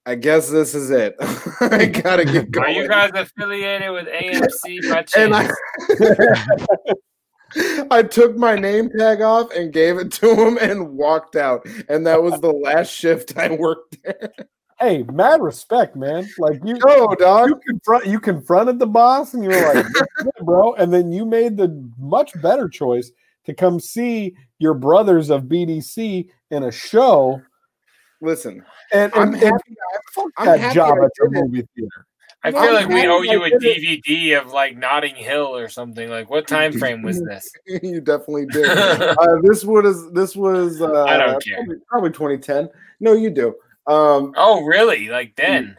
S7: I guess this is it. I gotta
S6: Are
S7: get going.
S6: you guys affiliated with AMC by chance?
S7: and I, I took my name tag off and gave it to him and walked out. And that was the last shift I worked there.
S2: Hey, mad respect, man. Like you,
S7: Yo, dog.
S2: You, confront, you confronted the boss, and you were like, "Yeah, "Bro," and then you made the much better choice to come see your brothers of BDC in a show.
S7: Listen,
S2: and,
S7: I'm
S2: and, and
S7: happy-
S2: fuck
S7: I'm
S2: that
S7: happy
S2: job
S7: I
S2: at the
S7: did it.
S2: movie theater.
S6: I
S7: No,
S6: feel like
S7: I'm
S6: we
S7: glad
S6: owe
S7: you
S6: you a
S7: guys did
S6: DVD of like Notting Hill or something. Like, what time frame was this?
S7: you definitely did. uh, this was this was uh,
S6: I don't care.
S7: Probably, probably 2010. No, you do. Um,
S6: Oh, really? Like then?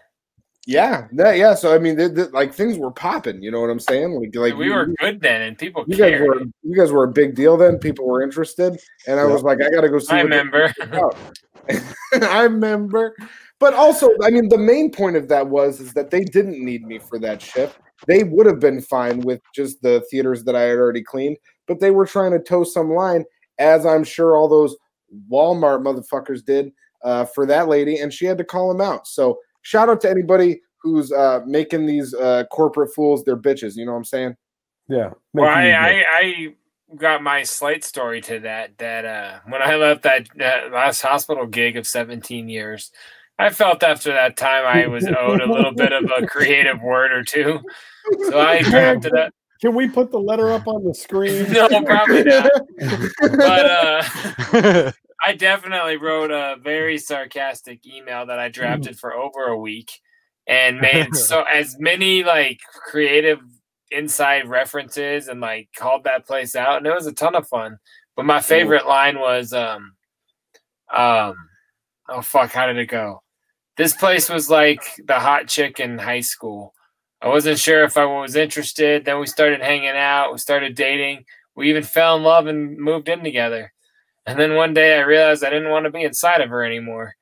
S7: yeah, that, yeah. So I mean, th- th- like things were popping. You know what I'm saying? Like, like
S6: we
S7: you-
S6: were good then, and people
S7: you guys
S6: cared.
S7: were you guys were a big deal then. People were interested, and I was like, I gotta go see.
S6: I
S7: what this
S6: remember.
S7: is about. I remember, but also, I mean, the main point of that was is that they didn't need me for that shift. They would have been fine with just the theaters that I had already cleaned, but they were trying to toe some line, as I'm sure all those Walmart motherfuckers did uh, for that lady, and she had to call them out. So shout out to anybody who's uh, making these uh, corporate fools their bitches. You know what I'm saying?
S2: Yeah.
S6: Well, I,
S7: Making you
S6: I, I got my slight story to that. That uh, when I left that, that last hospital gig of 17 years, I felt after that time I was owed a little bit of a creative word or two. So I drafted up.
S2: Can we put the letter up on the screen?
S6: No, probably not. But uh, I definitely wrote a very sarcastic email that I drafted for over a week and made so as many like creative inside references and like called that place out and it was a ton of fun. But my favorite line was um um oh fuck, how did it go? This place was like the hot chick in high school. I wasn't sure if I was interested. Then we started hanging out. We started dating. We even fell in love and moved in together. And then one day I realized I didn't want to be inside of her anymore.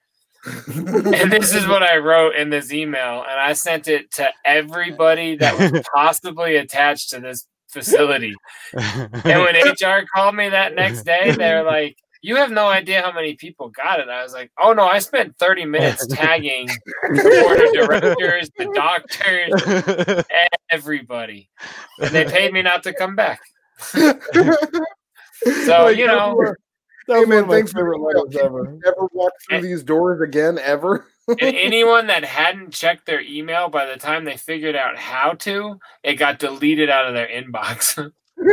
S6: and this is what I wrote in this email. And I sent it to everybody that was possibly attached to this facility. And when HR called me that next day, they're like, you have no idea how many people got it. I was like, oh no, I spent 30 minutes tagging the board of directors, the doctors, everybody. And they paid me not to come back. So,
S7: Like,
S6: you
S7: that
S6: know,
S7: was-
S2: That
S7: hey
S2: was one
S7: man,
S2: of my
S7: thanks for
S2: favorite
S7: your
S2: letters
S7: help.
S2: ever.
S7: Never walk
S6: Eh.
S7: through these doors again, ever.
S6: and anyone that hadn't checked their email by the time they figured out how to, it got deleted out of their inbox.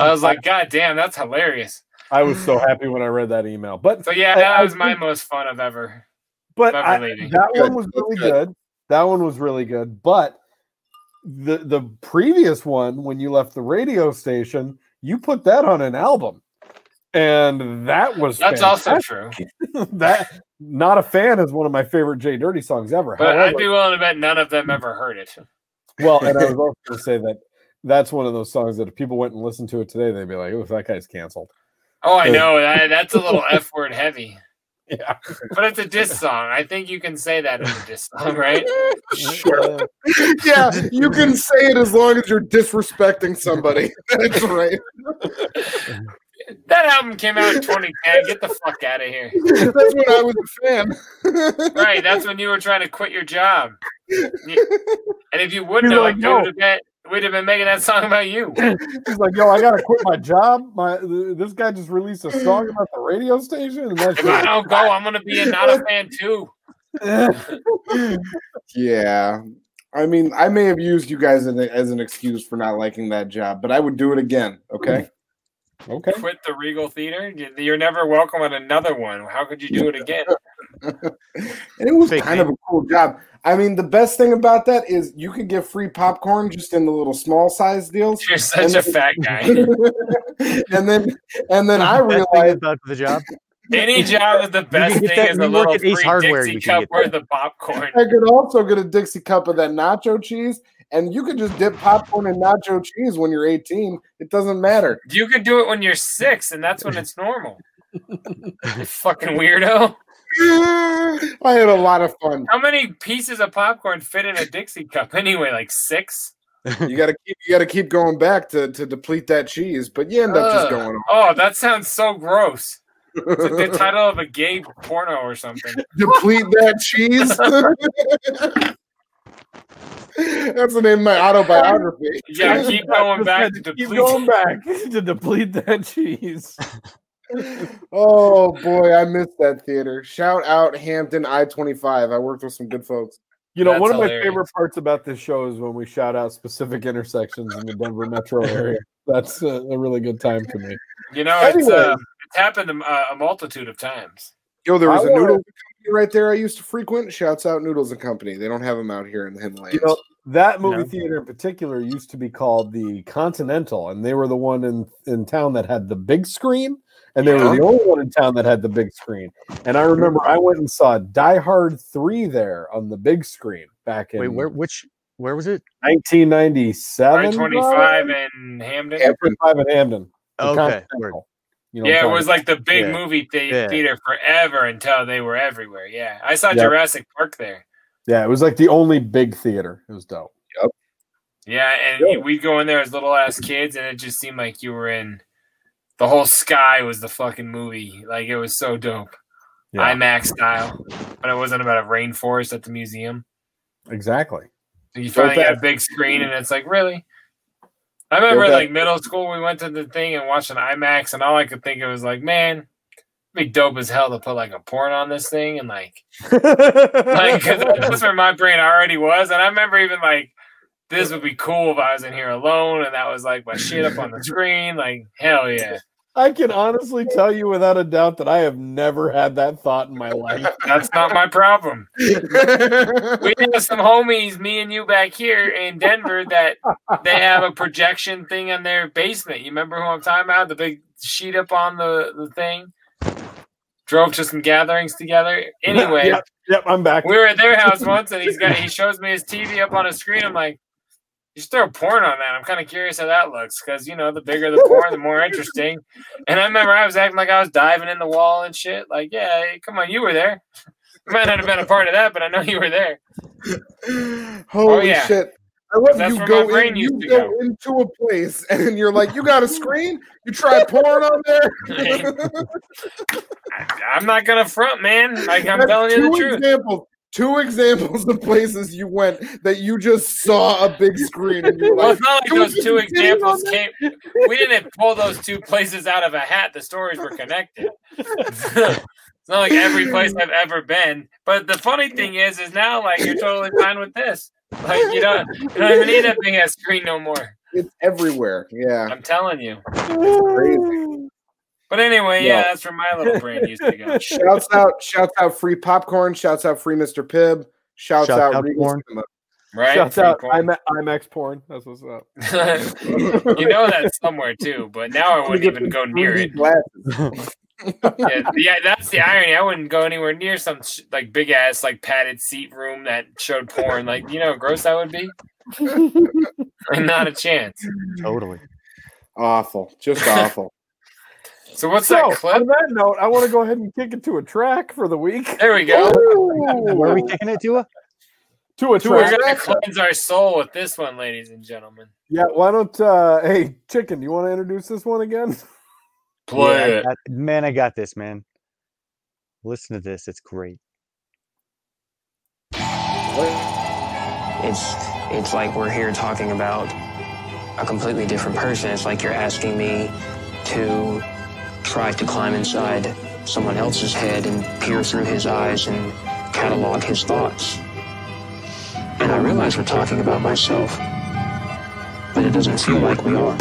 S6: I was like, God damn, that's hilarious.
S2: I was so happy when I read that email. But
S6: So yeah,
S2: I-
S6: that
S2: I
S6: was my
S2: think-
S6: most fun I've ever.
S2: But
S6: Clever
S2: I-
S6: lady.
S2: that
S6: Good.
S2: one was really good. That one was really good. But the the previous one, when you left the radio station, you put that on an album, and that was
S6: That's also true.
S2: true. that not a fan is one of my favorite Jay Dirty songs ever.
S6: But I'd
S2: However-
S6: be willing to bet none of them ever heard it.
S2: Well, and I was also going to say that that's one of those songs that if people went and listened to it today, they'd be like, "Oh, that guy's canceled."
S6: Oh, I
S2: So-
S6: know. That, that's a little F word heavy.
S2: Yeah.
S6: But it's a diss song. I think you can say that as a diss song, right?
S7: Sure. yeah, you can say it as long as you're disrespecting somebody. That's right.
S6: That album came out in 2010. Get the fuck out of here.
S7: That's when I was a fan.
S6: Right. That's when you were trying to quit your job. You- And if you wouldn't
S2: You
S6: have,
S2: were
S6: like,
S2: like,
S6: we would
S2: no.
S6: have been, we'd have been making that song about you.
S2: He's like, "Yo, I gotta quit my job. My th- this guy just released a song about the radio station." And that's
S6: If I don't go, I'm going to be a not a fan too.
S7: Yeah. I mean, I may have used you guys in- as an excuse for not liking that job, but I would do it again. Okay. Okay.
S6: Quit the Regal Theater. You're never welcome at another one. How could you do it again?
S7: And it was kind of a cool job. I mean, the best thing about that is you could get free popcorn just in the little small size deals.
S6: You're such a fat guy.
S7: and then, and then I
S3: Best
S7: realized
S3: about the job.
S6: Any job is the best
S3: can get
S6: thing
S3: that-
S6: is
S3: you
S6: a
S3: work
S6: little
S3: at Ace
S6: free
S3: Hardware,
S6: Dixie
S3: you can
S6: cup
S3: get
S6: worth of popcorn.
S7: I could also get a Dixie cup of that nacho cheese, and you could just dip popcorn in nacho cheese when you're 18. It doesn't matter.
S6: You could do it when you're six, and that's when it's normal. You fucking weirdo.
S7: I had a lot of fun.
S6: How many pieces of popcorn fit in a Dixie cup anyway? Like six?
S7: You gotta keep you gotta keep going back to, to deplete that cheese, but you end up just
S6: Ugh.
S7: going on.
S6: Oh, that sounds so gross. It's like the title of a gay porno or something.
S7: Deplete that cheese. That's the name of my autobiography.
S6: Yeah, keep going back to deplete.
S7: Keep going back.
S11: to deplete that cheese.
S7: Oh boy, I missed that theater. Shout out Hampton I twenty five. I worked with some good folks.
S2: You know, one of my favorite parts about this show is when we shout out specific intersections in the Denver metro area. That's a, a really good time for me.
S6: You know, it's, uh,
S2: Anyway.
S6: it's happened to, uh, a multitude of times.
S7: Yo, there was
S2: I
S7: a
S2: wanna-
S7: noodle company right there I used to frequent. Shouts out Noodles and Company. They don't have them out here in the Himalayas.
S2: You know, that movie
S7: No.
S2: theater in particular used to be called the Continental, and they were the one in, in town that had the big screen, and they were
S7: Yeah.
S2: the only one in town that had the big screen. And I remember I went and saw Die Hard 3 there on the big screen back in
S3: Wait, where which where was it?
S2: 1997.
S6: Twenty five in Hamden.
S2: Five at Hamden. The
S3: Okay,
S2: Continental. You know what
S6: yeah,
S2: I'm
S6: it was
S2: talking
S6: like the big
S2: Yeah.
S6: movie the-
S2: Yeah.
S6: theater forever until they were everywhere. Yeah, I saw
S2: Yep.
S6: Jurassic Park there.
S2: Yeah, it was like the only big theater. It was dope.
S6: Yeah, and we'd go in there as little ass kids, and it just seemed like you were in. The whole sky was the fucking movie. Like it was so dope,
S2: Yeah.
S6: IMAX style. But it wasn't about a rainforest at the museum.
S2: Exactly.
S6: So you
S2: Built
S6: finally get a
S2: that-
S6: big screen, and it's like really. I remember
S2: Built that-
S6: like middle school, we went to the thing and watched an IMAX, and all I could think of was like, man, it'd be dope as hell to put like a porn on this thing, and like, like 'cause that's where my brain already was. And I remember even like, this would be cool if I was in here alone, and that was like my shit up on the screen. Like, hell yeah,
S2: I can honestly tell you without a doubt that I have never had that thought in my life.
S6: that's not my problem. we have some homies, me and you back here in Denver, that they have a projection thing in their basement. You remember who I'm talking about? The big sheet up on the, the thing. Drove to some gatherings together. Anyway,
S2: yep, yep, I'm back.
S6: we were at their house once, and he's got he shows me his TV up on a screen. I'm like, you should throw porn on that. I'm kind of curious how that looks because you know the bigger the porn, the more interesting. And I remember I was acting like I was diving in the wall and shit. Like, yeah, hey, come on, you were there. You might not have been a part of that, but I know you were there.
S7: Holy
S6: Oh, yeah.
S7: shit. I love
S6: That's
S7: you
S6: where my
S7: go,
S6: brain
S7: in, you
S6: used to
S7: go into a place and you're like, you got a screen? You try porn on there?
S6: I'm not gonna front, man. Like I'm
S7: That's
S6: telling you
S7: two
S6: the truth.
S7: Examples, two examples of places you went that you just saw a big screen and you were
S6: Well,
S7: like,
S6: it's not like
S7: "Can we
S6: those
S7: just
S6: two
S7: get it
S6: examples
S7: on there?"
S6: came. We didn't pull those two places out of a hat. The stories were connected. it's not like every place I've ever been. But the funny thing is, is now like you're totally fine with this. Like you don't, you don't even need that big ass screen no more.
S7: It's everywhere. Yeah.
S6: I'm telling you.
S7: It's crazy.
S6: But anyway, yeah,
S7: Yeah.
S6: that's where my little brain used to go.
S7: shouts out, shouts out free popcorn, shouts out free Mr. Pibb, shouts
S3: Shout
S7: out,
S3: out
S7: Regal
S3: porn.
S7: Cinema.
S6: Right?
S2: Shouts
S6: Free
S2: out
S6: porn.
S2: I'm, IMAX porn. That's what's up.
S6: you know that somewhere too, but now I wouldn't even go near it. yeah, yeah, that's the irony. I wouldn't go anywhere near some sh- like big ass like padded seat room that showed porn. Like you know, how gross that would be. Like, not a chance.
S3: Totally.
S7: Awful. Just awful.
S6: So what's
S2: so,
S6: that clip?
S2: On that note, I want to go ahead and kick it to a track for the week.
S6: There we go.
S3: Where are we taking it to?
S2: To a
S6: We're
S2: track.
S6: gonna cleanse our soul with this one, ladies and gentlemen.
S2: Yeah, why don't uh hey chicken, you want to introduce this one again?
S6: Play
S3: Yeah, I
S6: it.
S3: got- man, I got this, man. Listen to this. It's great.
S12: It's it's like we're here talking about a completely different person. It's like you're asking me to try to climb inside someone else's head and peer through his eyes and catalog his thoughts. And I really realize we're talking about myself, but it doesn't feel like we are.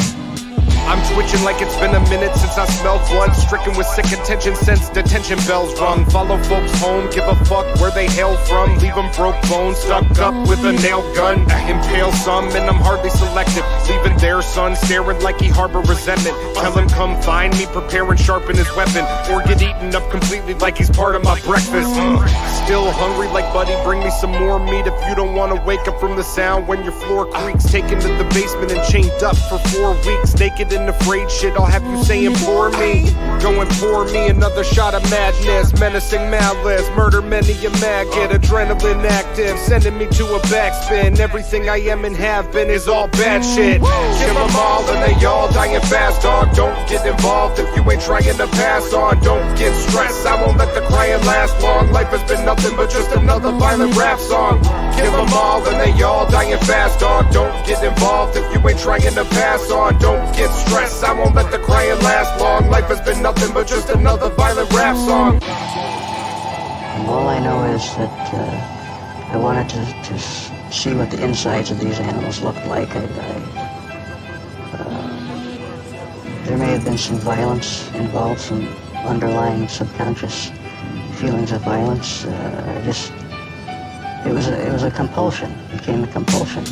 S1: I'm twitching like it's been a minute since I smelled blood, stricken with sick attention since detention bells rung. Follow folks home, give a fuck where they hail from, leave 'em broke bones, stuck up with a nail gun. I impale some, and I'm hardly selective, leaving their son staring like he harbored resentment. Tell him come find me, prepare and sharpen his weapon, or get eaten up completely like he's part of my breakfast. Mm. Still hungry like Buddy, bring me some more meat if you don't wanna wake up from the sound when your floor creaks. Taken to the basement and chained up for four weeks, naked and afraid shit. I'll have you saying for me, going for me another shot of madness, menacing malice, murder many a maggot, adrenaline active, sending me to a backspin. Everything I am and have been is all bad shit. Give 'em all and they all dying fast, dog. Don't get involved if you ain't trying to pass on. Don't get stressed, I won't let the crying last long. Life has been nothing but just another violent rap song. Give 'em all and they all dying fast, dog. Don't get involved if you ain't trying to pass on. Don't get stressed, I won't let the crying last long. Life has been nothing but just another violent rap song.
S12: All I know is that uh, I wanted to, to s- see what the insides of these animals looked like. I, I, uh, there may have been some violence involved, some underlying subconscious feelings of violence. Uh, I just, it was a, it was a compulsion. It became a compulsion.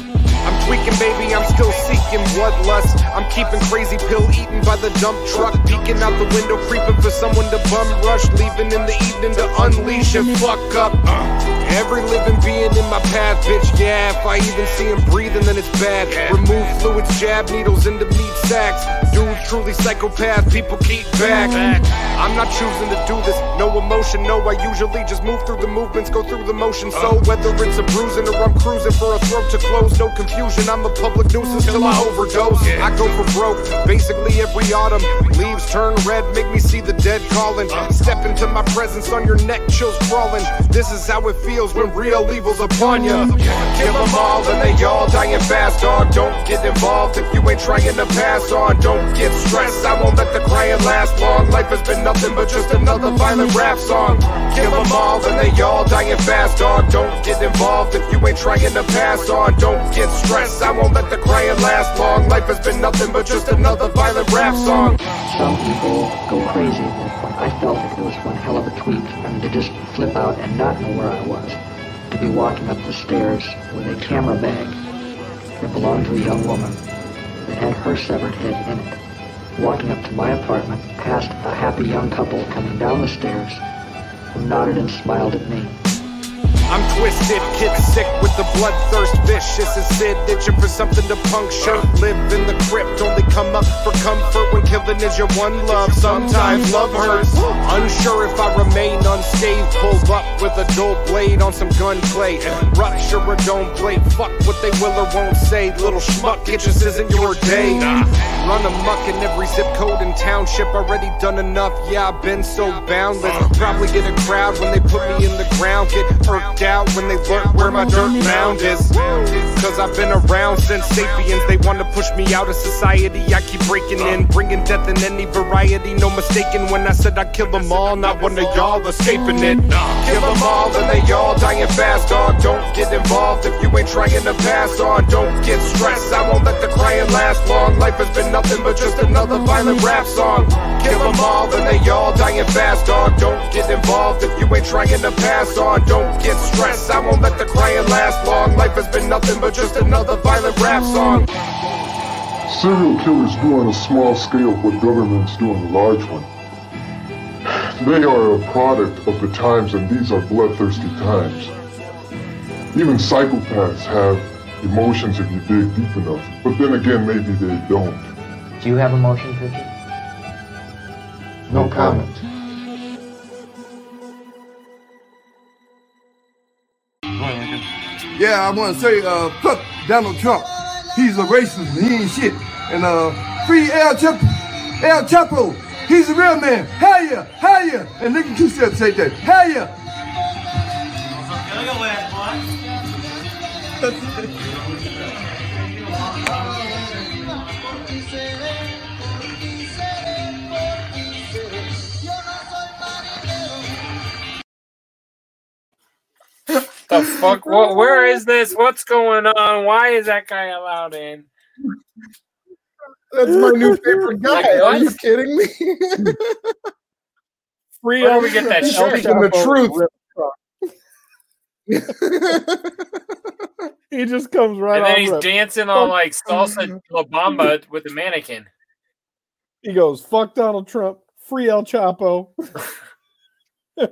S1: I'm tweaking, baby, I'm still seeking bloodlust. I'm keeping crazy pill eaten by the dump truck. Peeking out the window, creeping for someone to bum rush. Leaving in the evening to unleash and fuck up. Uh, every living being in my path, bitch, yeah. If I even see him breathing, then it's bad. Remove fluids, jab needles into meat sacks. Dude, truly psychopath, people keep back. I'm not choosing to do this, no emotion, no. I usually just move through the movements, go through the motion. So whether it's a bruising or I'm cruising for a throat to close, no confusion. I'm a public nuisance till I overdose. I go for broke, basically every autumn. Leaves turn red, make me see the dead calling. Step into my presence on your neck, chills crawling. This is how it feels when real evil's upon ya. Give 'em all and they all dying fast, dog. Don't get involved if you ain't trying to pass on. Don't get stressed, I won't let the crying last long. Life has been nothing but just another violent rap song. Give 'em all and they all dying fast, dog. Don't get involved if you ain't trying to pass on. Don't get stressed, I won't let the crying last long. Life has been nothing but just another violent rap song.
S12: Some people go crazy at that point. I felt it. It was one hell of a tweak. I mean, to just flip out and not know where I was. To be walking up the stairs with a camera bag that belonged to a young woman that had her severed head in it. Walking up to my apartment past a happy young couple coming down the stairs who nodded and smiled at me.
S1: I'm twisted, kid sick with the bloodthirst, vicious and Sid itching for something to puncture. Live in the crypt, only come up for comfort when killing is your one love. Sometimes love hurts. Unsure if I remain unscathed, pulled up with a dull blade on some gunplay. Rupture or don't play, fuck what they will or won't say. Little schmuck, it just isn't your day. Run amuck in every zip code and township. Already done enough, yeah, I've been so boundless. Probably get a crowd when they put me in the ground. Get irked out when they lurk where my dirt mound is. Cause I've been around since sapiens. They wanna push me out of society. I keep breaking in, bringing death in any variety. No mistaken when I said I kill them all. Not one of y'all escaping it. Kill them all and they all dying fast, dog. Don't get involved if you ain't trying to pass on. Don't get stressed, I won't let the crying last long. Life has been nothing but just another violent rap song. Kill them all and they all dying fast, dog. Don't get involved if you ain't trying to pass Oh, on. Don't get stressed, I won't let the crying last long. Life has been nothing but just another violent rap song.
S13: Serial killers do on a small scale what governments do on a large one. They are a product of the times, and these are bloodthirsty times. Even psychopaths have emotions if you dig deep enough, but then again, maybe they don't.
S14: Do you have a motion picture?
S13: No comment.
S15: Yeah, I want to say, uh, fuck Donald Trump. He's a racist. He ain't shit. And uh, free El Chapo. El Chapo. He's a real man. Hell yeah, hell yeah. And Nicky Q say that. Hell yeah.
S6: the fuck? What, where is this? What's going on? Why is that guy allowed in?
S7: That's my new favorite guy.
S6: Like,
S7: Are
S6: what?
S7: you kidding me?
S6: Free Where do we get that
S7: Elvis
S6: shirt?
S7: Speaking the truth.
S11: He just comes right
S6: and
S11: off.
S6: then he's
S11: rip.
S6: dancing on like salsa la bamba with the mannequin.
S2: He goes, "Fuck Donald Trump, free El Chapo."
S6: Where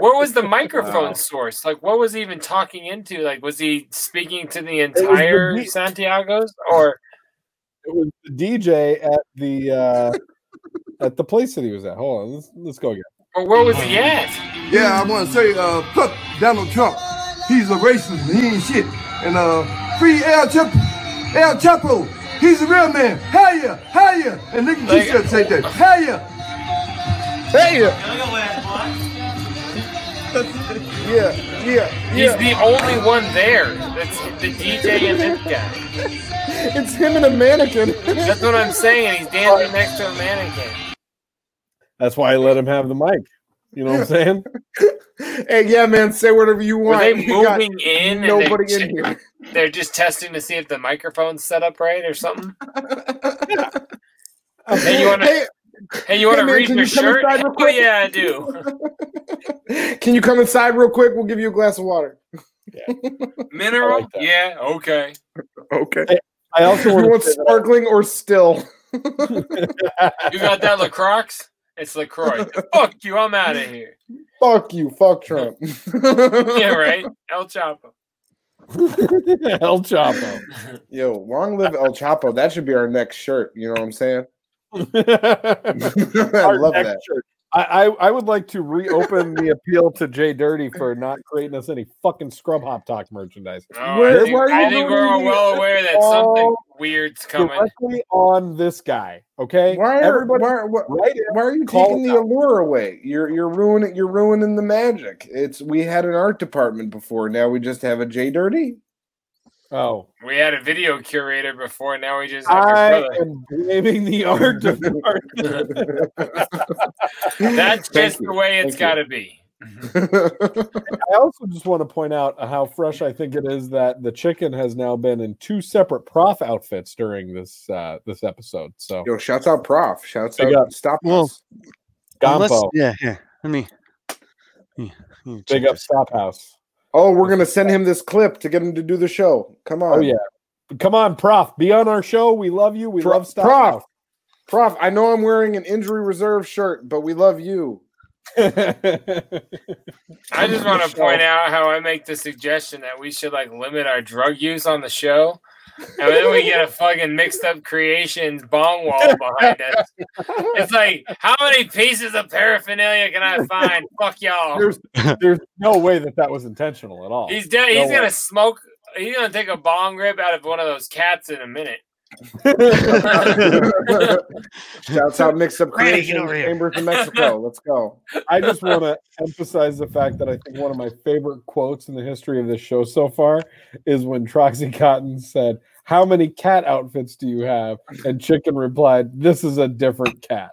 S6: was the microphone
S2: Wow.
S6: source? Like, what was he even talking into? Like, was he speaking to the entire
S2: beat.
S6: Santiago's or
S2: It was the DJ at the uh, at the place that he was at. Hold on, let's, let's go again.
S6: Or where was he at?
S15: Yeah, I want to say, uh, fuck Donald Trump. He's a racist. and He ain't shit. And uh, free El Chapo. El Chapo. He's a real man. Hell yeah, hell yeah. And Nicky
S6: Like-
S15: Keith said that. Hell yeah.
S7: Hey. Yeah, yeah,
S6: he's
S7: yeah.
S6: the only one there? That's the DJ and that guy.
S7: it's him and a mannequin.
S6: That's what I'm saying. He's dancing next to a mannequin.
S2: That's why I let him have the mic. You know what I'm saying?
S7: hey, yeah, man, say whatever you
S6: Were
S7: want.
S6: they
S7: You got
S6: moving in? and they-
S7: Nobody in here.
S6: They're just testing to see if the microphone's set up right or something. hey, you want to?
S7: Hey,
S6: Hey, you want
S7: hey,
S6: to
S7: man,
S6: read
S7: can
S6: your
S7: you come
S6: shirt?
S7: inside real
S6: Oh
S7: quick?
S6: yeah, I do.
S7: Can you come inside real quick? We'll give you a glass of water.
S6: Mineral? yeah. Okay.
S7: Okay.
S2: I also
S7: you
S2: want
S7: want
S2: to say that-
S7: sparkling or still?
S6: You got that LaCroix? It's LaCroix. Fuck you. I'm out of here.
S7: Fuck you, fuck Trump.
S6: Yeah, right. El Chapo.
S2: El Chapo.
S7: Yo, long live El Chapo. That should be our next shirt. You know what I'm saying? I
S2: Our
S7: love
S2: next
S7: that.
S2: shirt. I, I, I would like to reopen the appeal to Jay Dirty for not creating us any fucking scrub hop talk merchandise.
S6: Oh, I think, I think we're all well aware that
S2: Oh,
S6: something weird's coming.
S2: directly on this guy. Okay,
S7: Why are,
S2: everybody,
S7: why, why,
S2: right
S7: why are you
S2: call
S7: taking
S2: it
S7: the allure away? You're you're ruining you're ruining the magic. It's we had an art department before. Now we just have a J Dirty.
S2: Oh,
S6: We had a video curator before. Now we just have your
S2: I
S6: brother.
S2: am blaming the art department.
S6: That's
S2: Thank
S6: just the way it's got to be.
S2: I also just want to point out how fresh I think it is that the chicken has now been in two separate prof outfits during this uh, this episode. So
S7: Yo, shouts out Prof. Shouts
S2: Big
S7: out.
S2: up.
S7: Stop. us.
S3: Unless-
S2: Gompo,
S3: yeah, yeah. Let me. yeah, let me check
S2: big up
S3: this.
S2: Stop House.
S7: Oh, we're gonna send him this clip to get him to do the show. Come on.
S2: Oh yeah, come on, Prof, be on our show. We love you. We
S7: Pro-
S2: love Stop
S7: Prof.
S2: House.
S7: Prof, I know I'm wearing an injury reserve shirt, but we love you.
S6: I just want to point out how I make the suggestion that we should like limit our drug use on the show, and then we get a fucking mixed up creations bong wall behind us. It's like, how many pieces of paraphernalia can I find? Fuck y'all.
S2: There's there's no way that that was intentional at all.
S6: Oh. He's dead. He's
S2: No
S6: gonna
S2: way.
S6: smoke. He's gonna take a bong rip out of one of those cats in a minute.
S7: Shouts out mixed up
S3: Randy, get
S7: creation
S3: over here.
S7: chambers in Mexico. Let's go.
S2: I just want to emphasize the fact that I think one of my favorite quotes in the history of this show so far is when Troxy Cotton said, "How many cat outfits do you have?" And Chicken replied, "This is a different cat."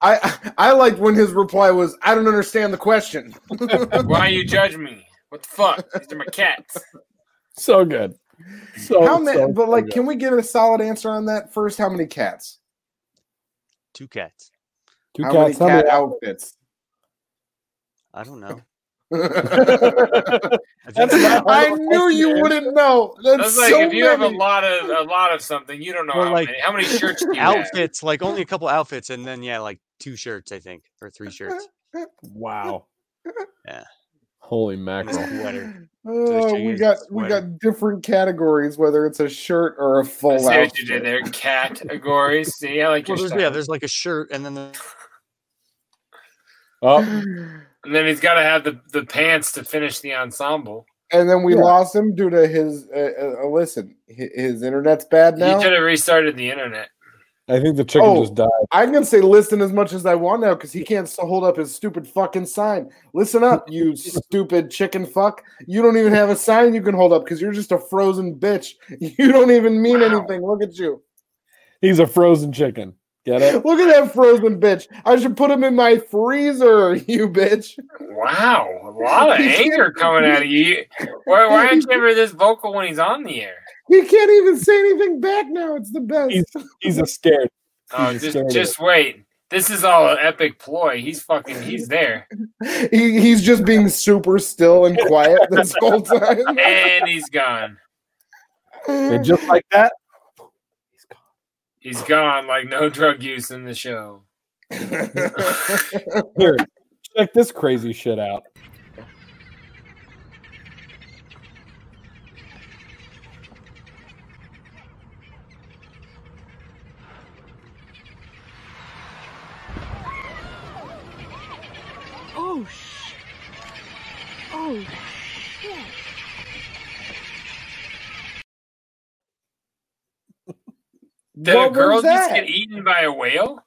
S7: I I liked when his reply was, "I don't understand the question."
S6: Why you judge me? What the fuck? These are my cats.
S2: So good. So,
S7: How many?
S2: so,
S7: but
S2: so
S7: like,
S2: good.
S7: can we get a solid answer on that first? How many cats?
S3: Two cats.
S2: two
S7: how
S2: cats?
S7: many cat
S2: how
S7: outfits?
S3: I don't know. I think
S2: That's about-
S7: I knew you wouldn't know. That's,
S6: That's like
S7: so
S6: if you have a
S7: many.
S6: lot of a lot of something, you don't know
S3: Well,
S6: how,
S3: like,
S6: many, how many shirts do you have.
S3: outfits, like only a couple outfits, and then yeah, like two shirts, I think, or three shirts.
S2: wow.
S3: Yeah.
S2: Holy
S3: And this
S2: mackerel.
S3: sweater.
S7: Oh, we got we got different categories, whether it's a shirt or a full
S6: I see
S7: outfit.
S6: what you did there. Categories. See, I like your
S3: Well, there's,
S6: stuff.
S3: yeah, there's like a shirt, and then the,
S2: Oh,
S6: And then he's got to have the, the pants to finish the ensemble.
S7: And then we
S2: Yeah.
S7: lost him due to his. Uh, uh, listen, his, his internet's bad
S6: You
S7: now.
S6: should have restarted the internet.
S2: I think the chicken
S7: Oh.
S2: just died.
S7: I can say listen as much as I want now because he can't s- hold up his stupid fucking sign. Listen up, you stupid chicken fuck. You don't even have a sign you can hold up because you're just a frozen bitch. You don't even mean anything. Look at you.
S2: He's a frozen chicken. Get it?
S7: Look at that frozen bitch. I should put him in my freezer, you bitch.
S6: Wow, a lot of anger coming out of you. Why, why aren't you ever this vocal when he's on the air?
S7: He can't even say anything back now. It's the best.
S2: He's, he's a scared.
S6: Oh,
S2: he's
S6: just
S2: scared of
S6: just wait. This is all an epic ploy. He's fucking. He's there,
S7: He, he's just being super still and quiet this whole time.
S6: and he's gone.
S2: And just like that,
S6: He's gone. Like no drug use in the show.
S2: here, check this crazy shit out.
S4: Oh, sh- Oh, shit.
S6: Did
S7: What
S6: a
S7: was
S6: girl just
S7: that?
S6: get eaten by a whale?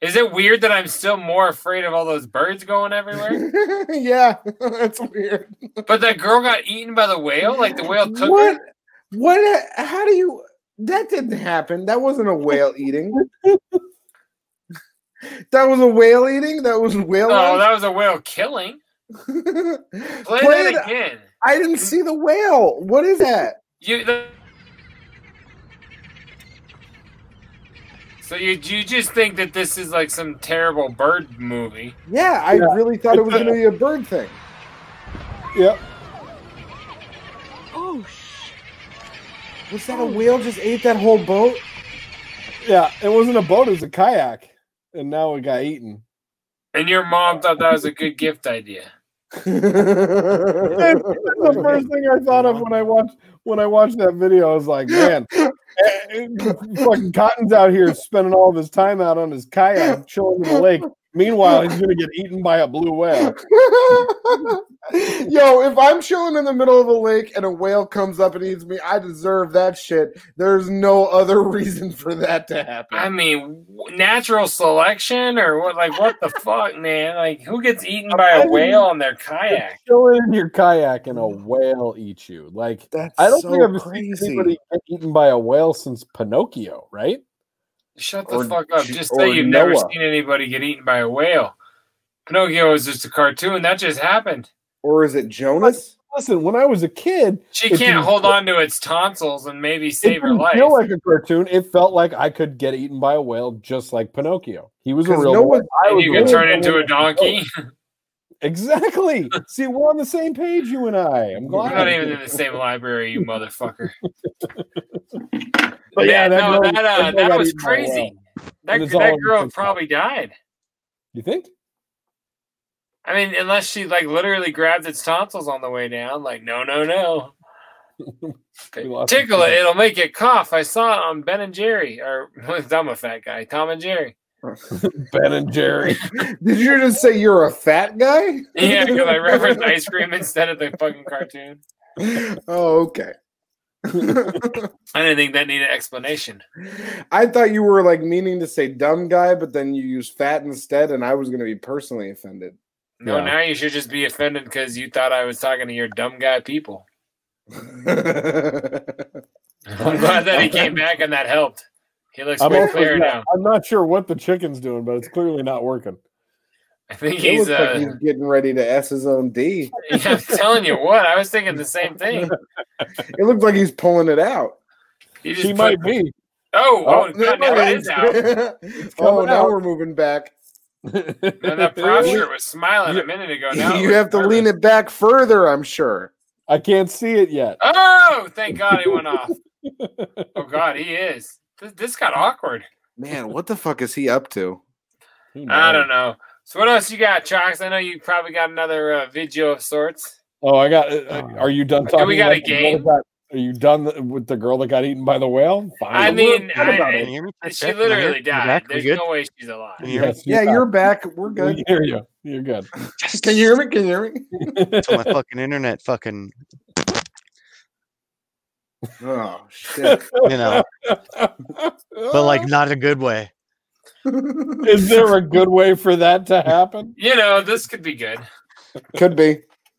S6: Is it weird that I'm still more afraid of all those birds going everywhere?
S7: yeah, that's weird.
S6: but that girl got eaten by the whale? Like the whale took
S7: What?
S6: her?
S7: What? How do you? That didn't happen. That wasn't a whale eating. that was a whale eating. That was whale.
S6: Oh, that was a whale killing. Play
S7: Play it-
S6: that again.
S7: I didn't see the whale. What is that?
S6: You. The... So you you just think that this is like some terrible bird movie?
S7: Yeah, I
S6: Yeah.
S7: really thought it was going to be a bird thing.
S2: Yep.
S4: Oh, sh-
S7: Was that a whale just ate that whole boat?
S2: Yeah, it wasn't a boat; it was a kayak, and now it got eaten.
S6: And your mom thought that was a good gift idea.
S2: That's the first thing I thought of when I watched when I watched that video. I was like, man, eh, eh, fucking Cotton's out here spending all of his time out on his kayak, chilling in the lake. Meanwhile, he's gonna get eaten by a blue whale.
S7: Yo, if I'm chilling in the middle of a lake and a whale comes up and eats me, I deserve that shit. There's no other reason for that to happen.
S6: I mean, w- natural selection or what? Like, what the fuck, man? Like, who gets eaten by a whale on their kayak?
S2: Chilling in your kayak, and a whale eats you. Like
S7: That's
S2: I don't
S7: so
S2: think I've
S7: crazy.
S2: seen anybody get eaten by a whale since Pinocchio, right?
S6: Shut the
S2: Or
S6: fuck up!
S2: J-
S6: Just say
S2: or
S6: you've never
S2: Noah.
S6: seen anybody get eaten by a whale. Pinocchio is just a cartoon. That just happened.
S7: Or is it Jonas?
S2: Listen, when I was a kid,
S6: She
S2: if
S6: can't
S2: you-
S6: hold on to its tonsils and maybe
S2: It
S6: save her
S2: didn't
S6: life.
S2: feel like a cartoon. It felt like I could get eaten by a whale, just like Pinocchio. He was a
S7: 'Cause
S2: real
S7: no
S2: boy.
S7: one-
S2: I
S6: and
S2: was
S6: you
S2: a
S6: can
S2: real
S6: turn
S2: boy.
S6: into a donkey.
S2: Exactly. See, we're on the same page, you and I. I'm
S6: We're not
S2: glad.
S6: even in the same library, you motherfucker.
S2: But
S6: yeah,
S2: yeah, that
S6: no,
S2: girl-
S6: that, uh,
S2: that girl
S6: that
S2: got
S6: was
S2: eaten by a
S6: crazy. That,
S2: And it's all
S6: that
S2: in
S6: girl
S2: TikTok.
S6: probably died.
S2: You think?
S6: I mean, unless she like literally grabs its tonsils on the way down, like no, no, no,
S2: We lost
S6: tickle it, it'll make it cough. I saw it on Ben and Jerry, or I'm a fat guy, Tom and Jerry.
S2: Ben and Jerry.
S7: Did you just say you're a fat guy?
S6: Yeah, because I referenced ice cream instead of the fucking cartoon.
S7: Oh, okay.
S6: I didn't think that needed explanation.
S7: I thought you were like meaning to say dumb guy, but then you used fat instead, and I was going to be personally offended.
S6: No,
S7: Yeah.
S6: now you should just be offended because you thought I was talking to your dumb guy people. I'm glad that he came back and that helped. He looks
S2: I'm,
S6: way
S2: also
S6: clearer now.
S2: not, I'm not sure what the chicken's doing, but it's clearly not working.
S6: I think
S7: It
S6: he's.
S7: looks like
S6: Uh,
S7: he's getting ready to S his own D.
S6: yeah, I'm telling you what, I was thinking the same thing.
S7: It looks like he's pulling it out.
S6: He just
S7: She
S6: put-
S7: might
S2: be.
S6: Oh, oh, God, now it is out.
S7: oh,
S6: coming
S7: now
S6: out.
S7: we're moving back.
S6: Man, that prop shirt was smiling a minute ago. Now it
S7: you
S6: looks
S7: have to
S6: perfect.
S7: lean it back further, I'm sure.
S2: I can't see it yet.
S6: Oh, thank God he went off. Oh God, he is. This, this got awkward.
S7: Man, what the fuck is he up to?
S6: I don't know. So what else you got, Chalks? I know you probably got another uh, video of sorts.
S2: Oh, I got. Uh, are you done
S6: Do
S2: talking?
S6: we got a
S2: about the girl
S6: game?
S2: that got- are you done th- with the girl that got eaten by the whale? Fine.
S6: I mean,
S2: What about
S6: I-
S2: it?
S6: I- she literally
S2: You're
S6: died.
S2: back? We
S6: There's
S2: good?
S6: no way she's alive.
S2: Yes,
S7: yeah,
S2: back.
S7: you're back. We're good.
S2: We hear you. You're good.
S7: Can you hear me? Can you hear me?
S3: Until my fucking internet fucking,
S7: Oh shit.
S3: you know, but like not a good way.
S2: Is there a good way for that to happen?
S6: You know, this could be good.
S7: Could be.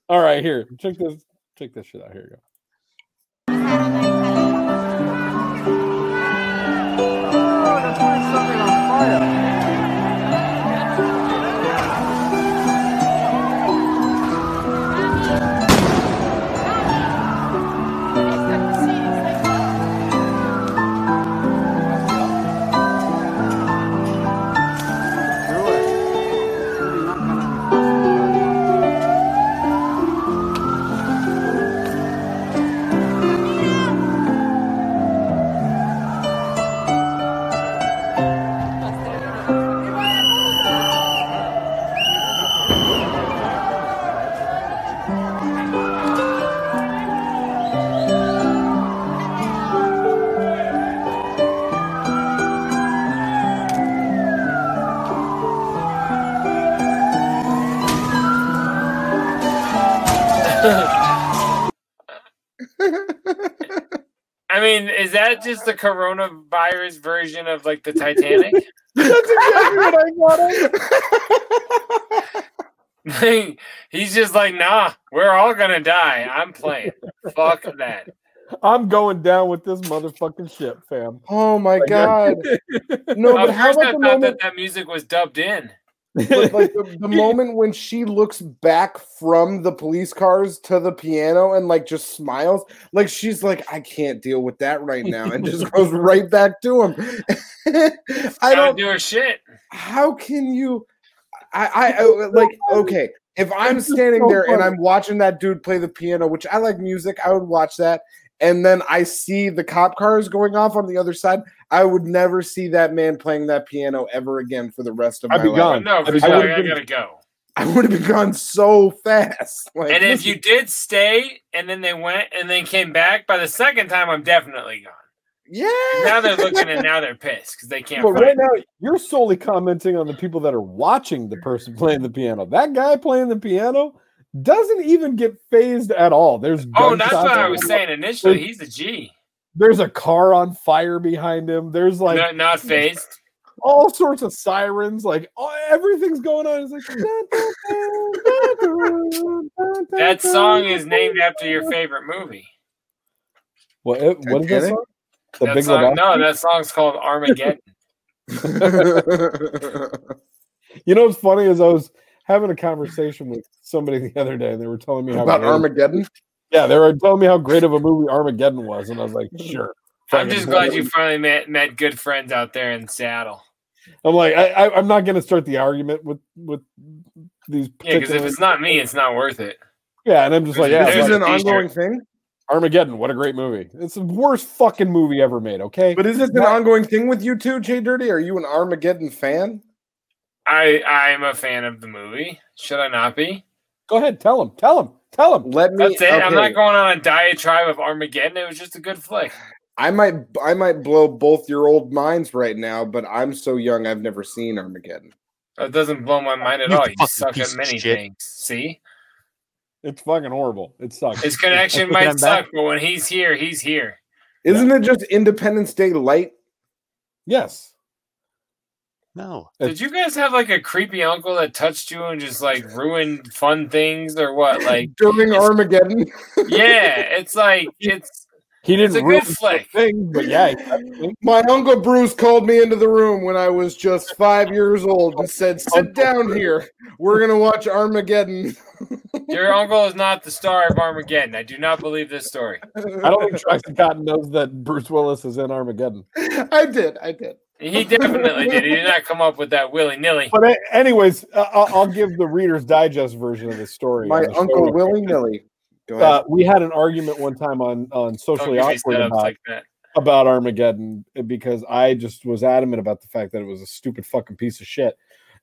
S2: All right, here. Check this. Check this shit out. Here you go.
S6: is that just the coronavirus version of like the Titanic?
S7: That's exactly what I thought of.
S6: He's just like, nah, we're all gonna die. I'm playing. Fuck that.
S2: I'm going down with this motherfucking ship, fam.
S7: Oh my god. No,
S6: Of
S7: but how
S6: course, I thought
S7: about the moment?
S6: that that music was dubbed in.
S7: but, like the, the moment when she looks back from the police cars to the piano and like just smiles, like she's like, I can't deal with that right now, and just goes right back to him. I
S6: Gotta
S7: don't.
S6: do her shit.
S7: How can you? I, I, I like okay. If I'm standing
S2: so
S7: there and
S2: funny.
S7: I'm watching that dude play the piano, which I like music, I would watch that. And then I see the cop cars going off on the other side. I would never see that man playing that piano ever again for the rest of
S2: I'd
S7: my
S2: be
S7: life.
S2: gone.
S6: oh, No,
S2: I'd
S6: for
S2: be
S6: sure,
S2: gone.
S6: I gotta go.
S7: I would have gone so fast. Like,
S6: And if you did stay, and then they went, and then came back by the second time, I'm definitely gone.
S7: yeah,
S6: Now they're looking, and now they're pissed because they can't.
S2: But
S6: find
S2: right
S6: me.
S2: now, you're solely commenting on the people that are watching the person playing the piano. That guy playing the piano doesn't even get phased at all. There's
S6: Oh, that's
S2: gunshots
S6: what I
S2: everywhere.
S6: was saying initially. He's a G.
S2: There's a car on fire behind him. There's like
S6: not, not phased.
S2: all sorts of sirens. Like all, everything's going on. It's like
S6: That song is named after your favorite movie.
S2: what? What is that
S7: Titanic?
S2: song? The
S6: that
S2: Big
S6: song, no,
S2: Lebowski?
S6: that song's called Armageddon.
S2: You know what's funny is I was having a conversation with somebody the other day, and they were telling me how
S7: about
S2: great-
S7: Armageddon.
S2: Yeah, they were telling me how great of a movie Armageddon was, and I was like, sure.
S6: I'm just glad you
S2: Fucking-
S6: finally met met good friends out there in Seattle.
S2: I'm like, I, I, I'm not going to start the argument with with
S6: Yeah, because
S2: these.
S6: if
S2: particular-
S6: it's not me, it's not worth it.
S2: yeah, and I'm just like, yeah,
S7: This is
S2: like,
S7: an
S6: a t-shirt.
S7: ongoing thing,
S2: Armageddon. What a great movie! It's the worst fucking movie ever made. Okay,
S7: but is this an ongoing thing with you too, Jay Dirty? Are you an Armageddon fan?
S6: I I'm a fan of the movie. Should I not be?
S2: go ahead, tell him, tell him, tell him.
S7: Let me.
S6: That's it. I'm
S7: okay.
S6: not going on a diatribe of Armageddon. It was just a good flick.
S7: I might I might blow both your old minds right now, but I'm so young I've never seen Armageddon.
S6: It doesn't blow my mind at
S3: You
S6: all. You
S3: fucking
S6: suck
S3: piece
S6: at
S3: of
S6: many
S3: shit.
S6: things. See,
S2: It's fucking horrible. It sucks.
S6: his
S3: That's
S6: connection
S3: what
S6: might
S3: I'm back-
S6: suck, but when he's here, he's here.
S7: Isn't it just Independence Day light?
S2: yes.
S3: No.
S2: Uh,
S6: Did you guys have like a creepy uncle that touched you and just like ruined fun things or what? Like,
S7: During Armageddon.
S6: yeah, it's like it's
S2: He
S6: It's
S2: didn't
S6: a
S2: ruin
S6: good flick.
S2: the thing, but yeah, he-
S7: My uncle Bruce called me into the room when I was just five years old and said, Sit down here. We're gonna watch Armageddon.
S6: your uncle is not the star of Armageddon. I do not believe this story.
S2: I don't think Traxton Cotton knows that Bruce Willis is in Armageddon.
S7: I did, I did.
S6: He definitely did. He did not come up with that willy nilly.
S2: But a- anyways, uh, I'll I'll give the Reader's Digest version of the story.
S7: My
S2: on the show
S7: uncle
S2: real
S7: Willy Nilly. Go ahead.
S2: uh, we had an argument one time on on
S6: Don't
S2: socially
S6: give me
S2: awkward
S6: setups
S2: about,
S6: like that.
S2: about Armageddon eh, because I just was adamant about the fact that it was a stupid fucking piece of shit,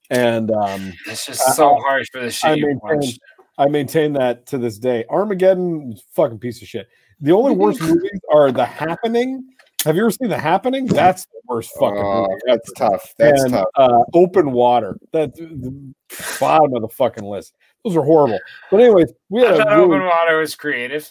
S2: and um,
S6: It's
S2: I-
S6: just so harsh for the shit
S2: I
S6: you
S2: maintain
S6: watch.
S2: I maintain that to this day. Armageddon was a fucking piece of shit. The only
S7: Mhm.
S2: worst movies are The Happening. Have you ever seen The Happening? That's the worst fucking
S7: Oh,
S2: movie.
S7: that's tough. That's
S2: and,
S7: tough.
S2: Uh, open water. That's the bottom of the fucking list. Those are horrible. But anyways, we
S6: I
S2: had
S6: thought
S2: a really-
S6: open water was creative.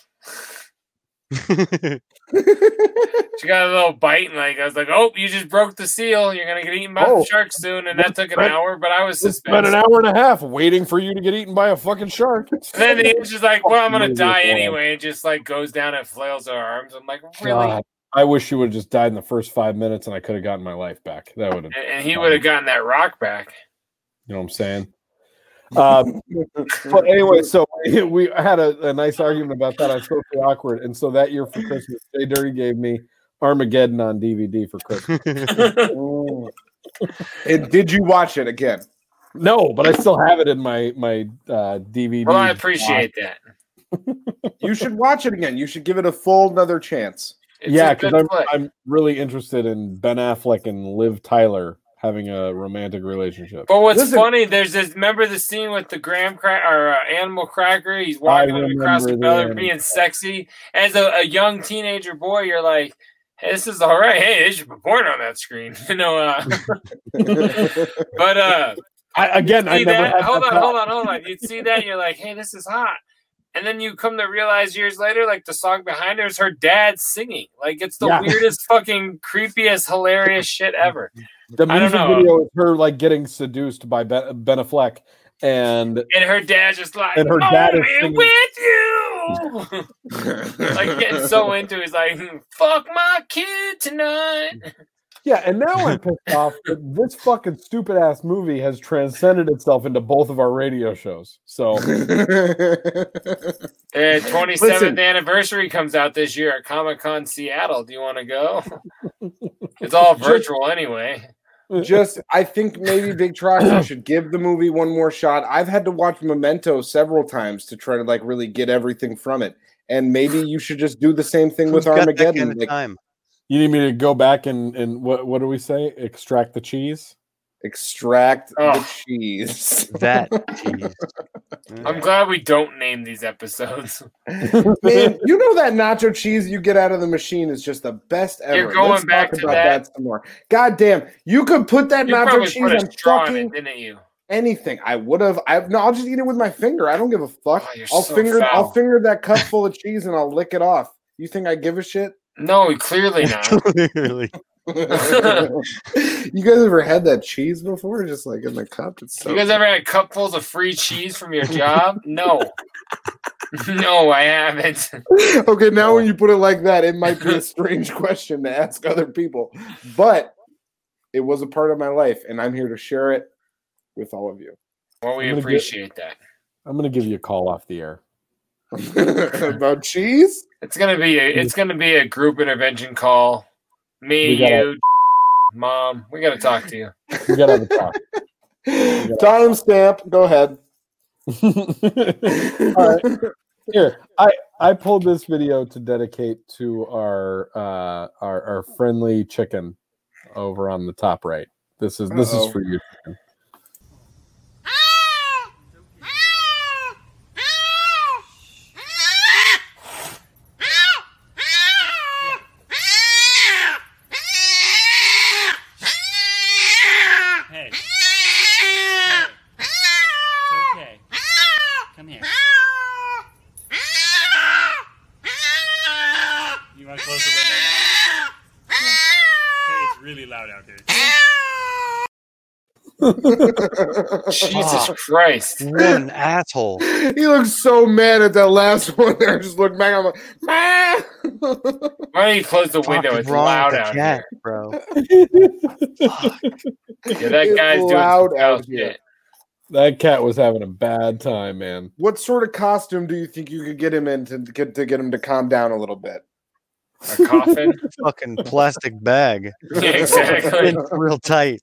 S6: She got a little bite, and like I was like, "Oh, you just broke the seal. You're gonna get eaten by
S2: Oh.
S6: the shark soon." And that took an
S2: Right.
S6: hour, but I was
S2: It's been
S6: suspended.
S2: an hour and a half waiting for you to get eaten by a fucking shark.
S6: then the angel just like, "Well, I'm gonna
S2: Fucking
S6: die
S2: idiot, man.
S6: anyway," and just like goes down and flails her arms. I'm like, "Really?"
S2: God, I wish you would have just died in the first five minutes, and I could have gotten my life back. That would have,
S6: And, and he would have gotten that rock back.
S2: you know, what I'm saying. Um, but anyway, so we had a, a nice argument about that on socially awkward, and so that year for Christmas, Jay Dirty gave me Armageddon on DVD for Christmas.
S7: Ooh. and did you watch it again?
S2: No, but I still have it in my my uh, DVD.
S6: Well, I appreciate that.
S7: You should watch it again. You should give it a full another chance.
S6: It's
S2: yeah,
S6: a
S2: because
S6: good
S2: I'm,
S6: flick.
S2: I'm really interested in Ben Affleck and Liv Tyler having a romantic relationship.
S6: But what's
S7: Listen-
S6: funny, there's this. Remember the scene with the graham cracker or uh, animal cracker? He's walking up across the
S2: remember
S6: belly,
S2: that.
S6: being sexy. As a, a young teenager boy, you're like, hey, "This is all right. Hey, they should put porn on that screen." You know. Uh, but uh,
S2: I, again, I
S6: see
S2: never
S6: that?
S2: had
S6: Hold
S2: that
S6: on,
S2: thought.
S6: hold on, hold on. You'd see that, and you're like, "Hey, this is hot." And then you come to realize years later, like the song behind her is her dad singing. Like it's the weirdest, fucking creepiest, hilarious shit ever.
S2: The
S6: I don't
S2: music
S6: know.
S2: video is her like getting seduced by Ben, ben Affleck, and
S6: And her dad just like,
S2: And her
S6: "Oh,
S2: dad is
S6: man,
S2: singing-
S6: with you. like getting so into, it, he's like, "Hmm, "Fuck my kid tonight."
S2: yeah, and now I'm pissed off that this fucking stupid ass movie has transcended itself into both of our radio shows. So
S6: Uh, 27th
S2: Listen.
S6: anniversary comes out this year at Comic Con Seattle. Do you want to go? it's all virtual anyway.
S7: just I think maybe Big Troxel should give the movie one more shot. I've had to watch Memento several times to try to like really get everything from it. And maybe you should just do the same thing with Armageddon. like,
S2: you need me to go back and and what what do we say? Extract the cheese.
S7: Extract
S6: Oh.
S7: cheese.
S6: That I'm glad we don't name these episodes.
S7: Man, you know that nacho cheese you get out of the machine is just the best ever.
S6: You're going
S7: Let's
S6: back
S7: talk
S6: to
S7: about
S6: that.
S7: some more. God damn, you could put that
S6: You
S7: nacho
S6: probably
S7: cheese
S6: put a
S7: on
S6: straw in
S7: fucking
S6: it, didn't you?
S7: anything. I would have. I no. I'll just eat it with my finger. I don't give a fuck.
S6: Oh, you're
S7: I'll
S6: so
S7: finger.
S6: foul.
S7: I'll finger that cup full of cheese and I'll lick it off. You think I give a shit?
S6: No, clearly not.
S3: Clearly.
S7: you guys ever had that cheese before? Just like in the cup. It's so.
S6: you guys ever had cupfuls of free cheese from your job? No. no, I haven't.
S7: okay, now when you put it like that, it might be a strange question to ask other people, but it was a part of my life, and I'm here to share it with all of you.
S6: Well, we
S2: I'm gonna get-
S6: appreciate that.
S2: I'm gonna give you a call off the air.
S7: About cheese?
S6: It's gonna be a, it's gonna be a group intervention call. Me,
S2: We gotta-
S6: you, mom. We gotta talk to you.
S2: We gotta have a talk.
S7: Time stamp. Go ahead.
S2: All right. Here, I I pulled this video to dedicate to our uh our, our friendly chicken over on the top right. This is this
S5: Uh-oh.
S2: is for you. chicken.
S5: Hey. okay. Come here. You want to close the window now? Okay, it's really loud out here.
S6: Jesus
S2: Ah.
S6: Christ.
S3: What an asshole.
S7: He looks so mad at that last one there. Just look back. I'm like, "Ah." "Ma!"
S6: Why don't you close the
S7: Fuck
S6: window?
S7: is
S6: It's
S7: wrong
S6: loud
S7: with the
S6: out
S7: cat,
S6: here,
S3: bro.
S6: Yeah, that
S7: It's
S6: guy's doing
S7: loud
S6: some foul
S7: out
S6: shit.
S2: That cat was having a bad time, man.
S7: What sort of costume do you think you could get him in to get to get him to calm down a little bit?
S6: A coffin.
S3: Fucking plastic bag.
S6: Yeah, exactly.
S3: In real tight.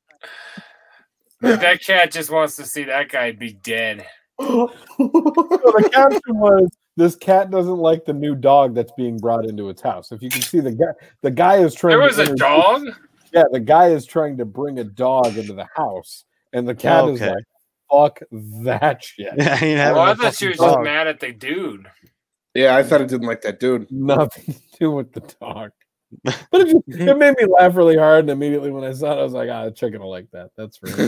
S6: that cat just wants to see that guy be dead.
S2: so the caption was this cat doesn't like the new dog that's being brought into its house. If you can see the guy the guy is trying
S6: There
S2: to
S6: was a
S2: introduce-
S6: dog.
S2: Yeah, the guy is trying to bring a dog into the house, and the cat is
S3: Oh, Okay.
S2: like, "Fuck that shit."
S3: Yeah, I ain't
S6: Oh,
S3: having
S6: I
S3: no
S6: thought she
S3: fucking
S6: was just
S3: dog.
S6: mad at the dude.
S7: Yeah, I thought it didn't like that dude.
S2: Nothing to do with the dog. But it, just, it made me laugh really hard, and immediately when I saw it, I was like, "Ah, the chicken will like that." That's right.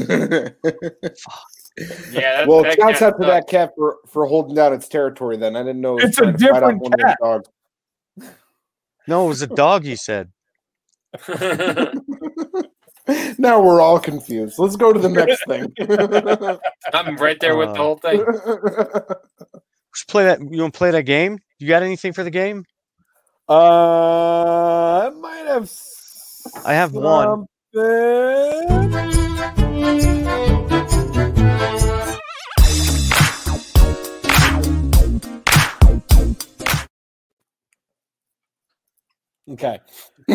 S6: Yeah. That,
S7: well,
S6: that
S7: shouts
S6: cat
S7: out to
S6: sucked.
S7: that cat for, for holding out its territory. Then I didn't know it was
S2: It's a
S7: trying to fight off
S2: different
S7: one of the
S2: cat.
S7: dogs.
S3: No, it was a dog, you said.
S7: Now we're all confused. Let's go to the next thing.
S6: I'm right there with the whole thing.
S3: Let's play that. You want to play that game? You got anything for the game?
S2: Uh, I might have.
S3: I have one.
S2: Okay.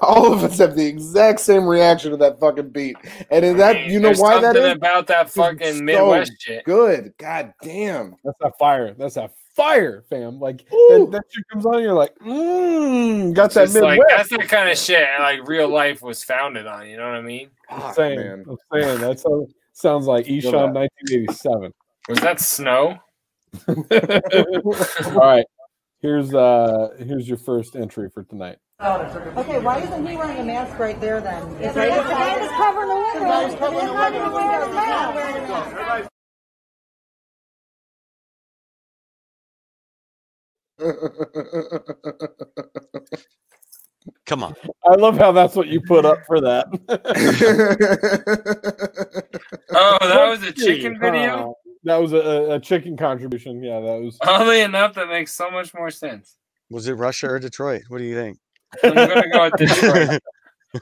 S7: all of us have the exact same reaction to that fucking beat, and in that you know
S6: There's
S7: why that
S6: something
S7: is
S6: about that fucking
S7: So
S6: Midwest shit.
S7: Good, god damn.
S2: That's a fire. That's a fire, fam. Like that, that shit comes on, and you're like, mmm, got that
S6: It's like
S2: Midwest.
S6: that's the kind of shit like real life was founded on. You know what I mean?
S2: I'm saying, I'm saying that sounds, sounds like
S6: Feel
S2: Eshawn
S6: that.
S2: 1987.
S6: Was that snow?
S2: All right, here's uh here's your first entry for tonight.
S16: Okay, why isn't he wearing a mask right there then? It's
S5: The
S16: right
S5: guy
S16: outside.
S5: was covering the window.
S16: The guy was covering the
S5: He's not
S16: window.
S5: even wearing a mask.
S16: He's not wearing a mask.
S3: Come on.
S2: I love how that's what you put up for that.
S6: Oh, that was a chicken video.
S2: that was a, a chicken contribution. Yeah, that was.
S6: Oddly enough, that makes so much more sense.
S3: Was it Russia or Detroit? What do you think?
S6: I'm gonna go with Detroit.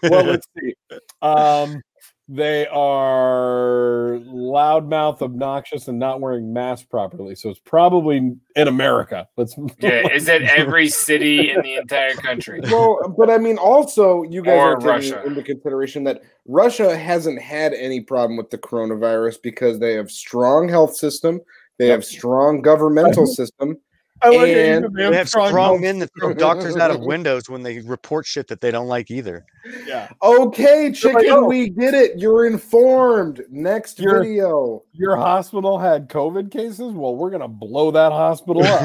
S2: well, let's see. Um, they are loudmouth, obnoxious, and not wearing masks properly. So it's probably in America. Let's
S6: Yeah, is that every city in the entire country?
S7: well, but I mean, also you guys
S6: Or
S7: are taking
S6: Russia.
S7: into consideration that Russia hasn't had any problem with the coronavirus because they have strong health system, they have strong governmental system.
S2: I like that you
S7: and
S2: demand
S3: They have strong men that throw doctors out of windows when they report shit that they don't like either.
S2: Yeah.
S7: Okay,
S2: They're like,
S7: chicken,
S2: "Oh."
S7: we get it. You're informed. Next
S2: You're-
S7: video.
S2: Your hospital had COVID cases. Well, we're gonna blow that hospital up.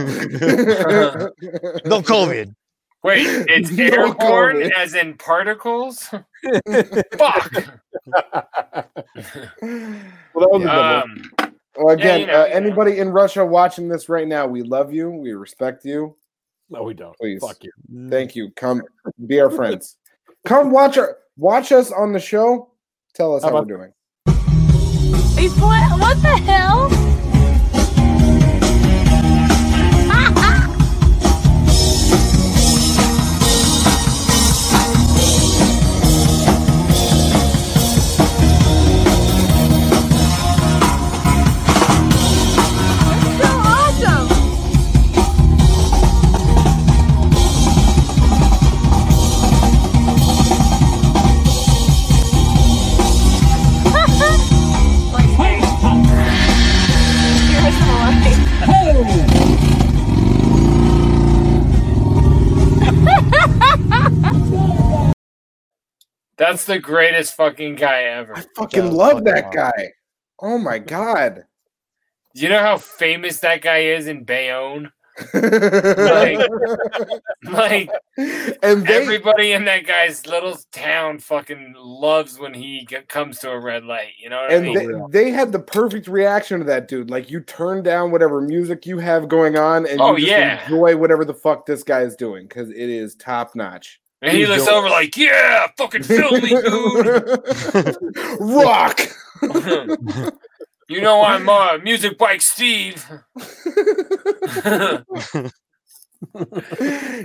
S3: no COVID.
S6: Wait, it's
S2: No
S6: airborne
S2: comment.
S6: as in particles? Fuck.
S2: Well, that was a
S6: Um,
S7: Well, again,
S6: you know,
S7: uh,
S6: you know.
S7: anybody in Russia watching this right now, we love you. We respect you.
S2: No, we don't.
S7: Please,
S2: Fuck you.
S7: Thank you. Come be our friends. Come watch our watch us on the show. Tell us how,
S2: How
S7: we're doing.
S4: Are you playing? What the hell?
S6: That's the greatest fucking guy ever. I
S7: Fucking love that guy. Oh my god.
S6: You know how famous that guy is in Bayonne? Like
S7: and they
S6: everybody in that guy's little town fucking loves when he g- comes to a red light. You know what I
S7: and they,
S6: mean?
S7: they had the perfect reaction to that dude. Like you turn down whatever music you have going on and
S6: Oh,
S7: you just
S6: yeah.
S7: enjoy whatever the fuck this guy is doing because it is top notch.
S6: and he looks over like, yeah, fucking film me, dude.
S7: Rock.
S6: you know I'm uh, Music Bike Steve.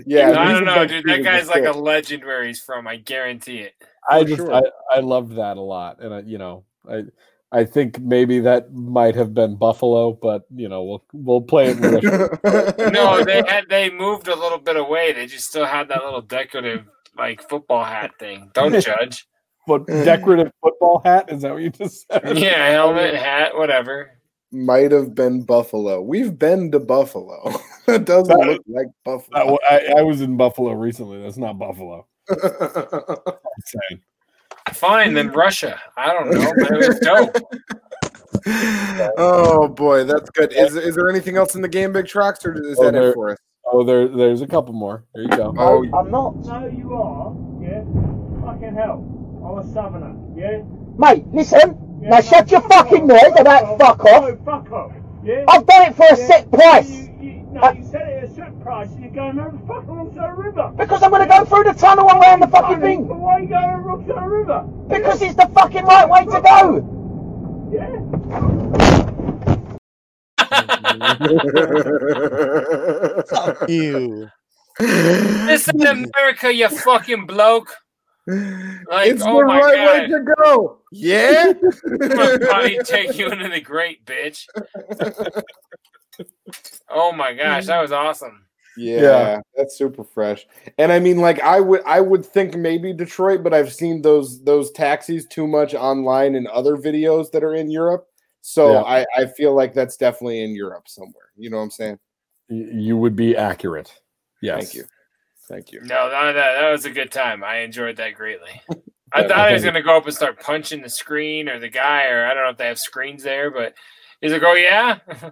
S7: Yeah,
S6: I
S7: he's a
S6: don't know,
S7: bad
S6: dude.
S7: dude
S6: That
S7: in
S6: guy's
S7: this
S6: like a
S7: shit.
S6: legend where he's from. I guarantee it.
S2: I
S7: For
S2: just
S7: sure.
S2: I, I loved that a lot, and I you know I I think maybe that might have been Buffalo, but you know we'll we'll play it. with a-
S6: No, they had they moved a little bit away. They just still had that little decorative like football hat thing. Don't judge.
S2: but decorative football hat is that what you just said?
S6: Yeah, helmet, hat, whatever.
S7: Might have been Buffalo. We've been to Buffalo. it doesn't
S2: That-
S7: look like Buffalo.
S6: Uh,
S2: That wa- I, I was in Buffalo recently. That's not Buffalo. I'm saying.
S6: Fine, then Russia. I don't know. But it was dope.
S7: oh boy, that's good. Is, is there anything else in the game, Big Trucks, or is
S2: Oh,
S7: that
S2: there-
S7: it for us?
S2: Oh, there there's a couple more. There you go.
S7: Oh,
S9: I'm not. No, you are. Yeah. Fucking hell. I'm a southerner. Yeah.
S17: Mate, listen.
S9: Yeah,
S17: now
S9: no,
S17: shut your
S9: fuck off,
S17: fucking noise
S9: fuck
S17: about fuck off.
S9: No, fuck off. Yeah.
S17: I've done it for a
S9: Yeah.
S17: set price.
S9: You, you, no, you said it at a set price, and you're going over the fucking wrong side of the river.
S17: Because I'm gonna go through the tunnel and round the fucking
S9: Funny,
S17: thing.
S9: But why are you going over the wrong side of the river?
S17: Because it's the fucking right way to go.
S9: Yeah.
S3: Fuck you.
S6: This is America, you fucking bloke. Like,
S7: it's
S6: oh
S7: the
S6: my
S7: right way
S6: god,
S7: to go. Yeah.
S6: I'm about to take you into the great bitch. Oh my gosh, that was awesome.
S7: Yeah, that's super fresh. And I mean, like, I would, I would think maybe Detroit, but I've seen those those taxis too much online in other videos that are in Europe. So
S2: Yeah.
S7: I, I feel like that's definitely in Europe somewhere. You know what I'm saying?
S2: Y- You would be accurate. Yes.
S7: Thank you, thank you.
S6: No, that, that, that was a good time. I enjoyed that greatly. I thought he was gonna go up and start punching the screen or the guy, or I don't know if they have screens there, but he's like, oh yeah,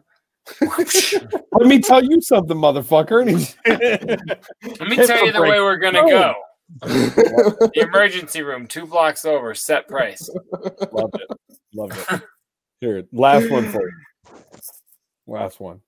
S2: Let me tell you something, motherfucker. And he's-
S6: Let me
S2: Hit
S6: tell
S2: the
S6: you the
S2: brake. Oh.
S6: way we're gonna
S2: No.
S6: go. the emergency room, two blocks over, set price.
S2: Loved it. Loved it. Here, last one for you. Last one.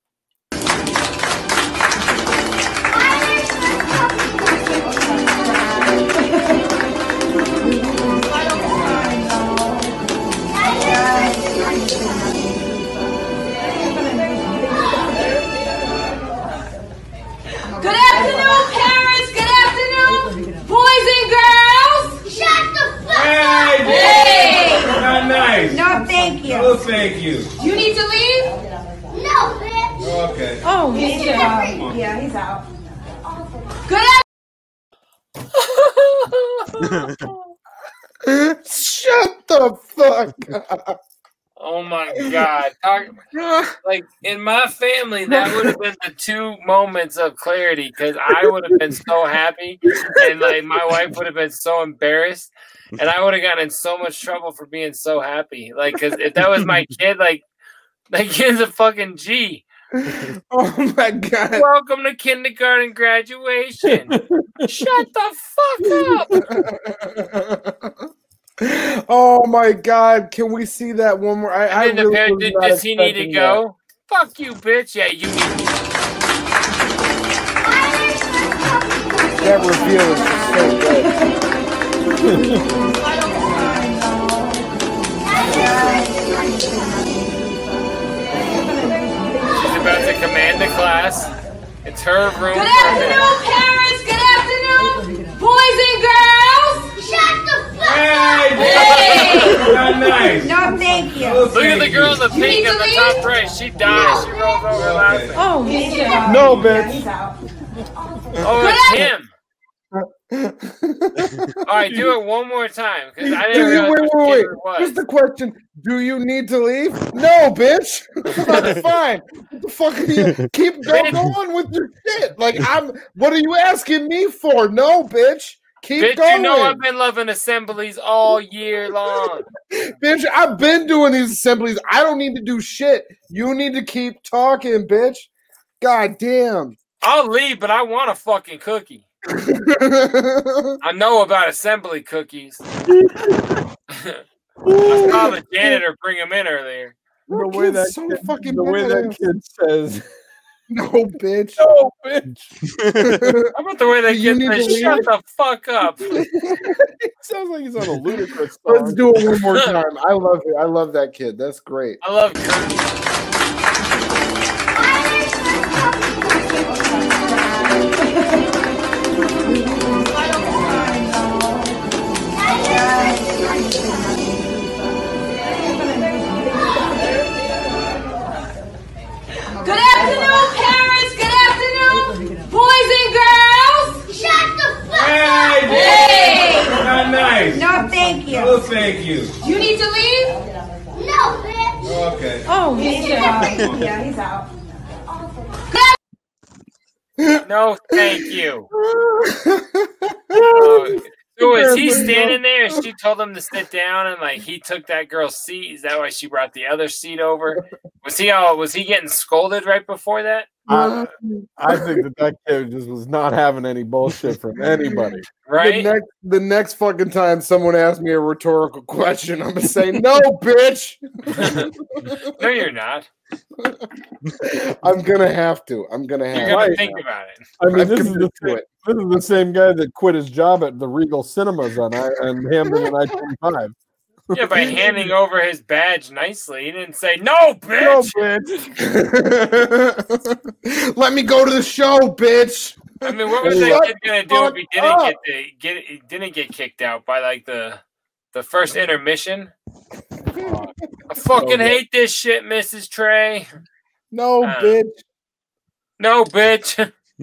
S4: Good afternoon, parents. Good afternoon, boys and girls. Shut the fuck
S5: Hey, boy.
S4: Hey.
S5: Not nice.
S4: No, thank you.
S5: No, thank you.
S4: You need to leave? No, bitch.
S5: Okay.
S4: Oh, he's
S16: He's
S4: out.
S16: out.
S4: Yeah, he's out. Good afternoon.
S7: Shut the fuck up.
S6: Oh my god! Talk- like in my family, that would have been the two moments of clarity because I would have been so happy, and like my wife would have been so embarrassed, and I would have gotten in so much trouble for being so happy. Like, because if that was my kid, like that kid's a fucking G.
S7: Oh my god!
S6: Welcome to kindergarten graduation. Shut the fuck up.
S7: Oh my god! Can we see that one more? I, I
S6: And then the
S7: really
S6: parent,
S7: was
S6: did,
S7: not
S6: does he need to
S7: expecting that.
S6: go? Fuck you, bitch. Yeah, you need.
S7: That review is just so good.
S6: She's about to command the class. It's her room.
S4: Good
S6: for her.
S4: afternoon, parents. Good afternoon, boys and girls. Shut the fuck up.
S5: boy. Not nice.
S4: No, thank you.
S6: Look at the girl in the
S4: You need
S6: pink
S4: to
S6: in the
S4: leave?
S6: top right. She dies. She rolls over laughing.
S4: Oh, he's out.
S7: No, bitch.
S6: Oh, it's him. All right, do it one more time because I
S7: Do
S6: didn't
S7: you,
S6: realize
S7: wait,
S6: what
S7: wait,
S6: kid it
S7: wait. Here's
S6: was.
S7: the question: Do you need to leave? No, bitch. That's fine. What the fuck are you? Keep go, go on with your shit. Like I'm. What are you asking me for? No, bitch. Keep
S6: Bitch,
S7: going.
S6: you know I've been loving assemblies all year long.
S7: Bitch, I've been doing these assemblies. I don't need to do shit. You need to keep talking, bitch. God damn.
S6: I'll leave, but I want a fucking cookie. I know about assembly cookies. I saw the janitor bring them in earlier.
S11: The way that kid, the way that kid says,
S7: "No, bitch,
S11: no, bitch."
S6: How about the way they
S11: You
S6: get
S11: need to
S6: this?
S11: leave.
S6: Shut the fuck up.
S11: Sounds like he's on a ludicrous.
S7: Let's do it one more time. I love it. I love that kid. That's great.
S6: I love Kurt.
S4: Good afternoon, parents. Good afternoon, boys and girls. Shut the fuck
S5: Hey,
S4: up.
S5: boy. Not nice.
S4: No, thank you.
S5: No, thank you.
S4: You need to leave? No, bitch.
S5: Okay.
S4: Oh, he's out. Yeah, he's out.
S6: No, thank you. Oh, so was he standing there and she told him to sit down and like he took that girl's seat? Is that why she brought the other seat over? Was he all was he getting scolded right before that?
S2: I, I think that that kid just was not having any bullshit from anybody.
S7: The next, the next fucking time someone asks me a rhetorical question, I'm gonna say, "No, bitch."
S6: No, you're not.
S7: I'm gonna have to. I'm gonna have.
S6: You're gonna
S7: to.
S6: think about it.
S2: I mean,
S7: I've
S2: this is, the
S7: committed to
S2: same,
S7: it.
S2: this is the same guy that quit his job at the Regal Cinemas on I, and Hamden and I twenty five.
S6: Yeah, by handing over his badge nicely, he didn't say no,
S7: No,
S6: bitch.
S7: bitch. Let me go to the show, bitch.
S6: I mean, what was that
S7: Shut
S6: kid gonna do if he
S7: the
S6: didn't
S7: fuck
S6: get the, get he didn't get kicked out by like the the first intermission?
S5: Oh,
S6: I fucking hate this shit, Mrs. Trey.
S5: Oh,
S7: No,
S6: Uh,
S7: bitch.
S6: No, bitch.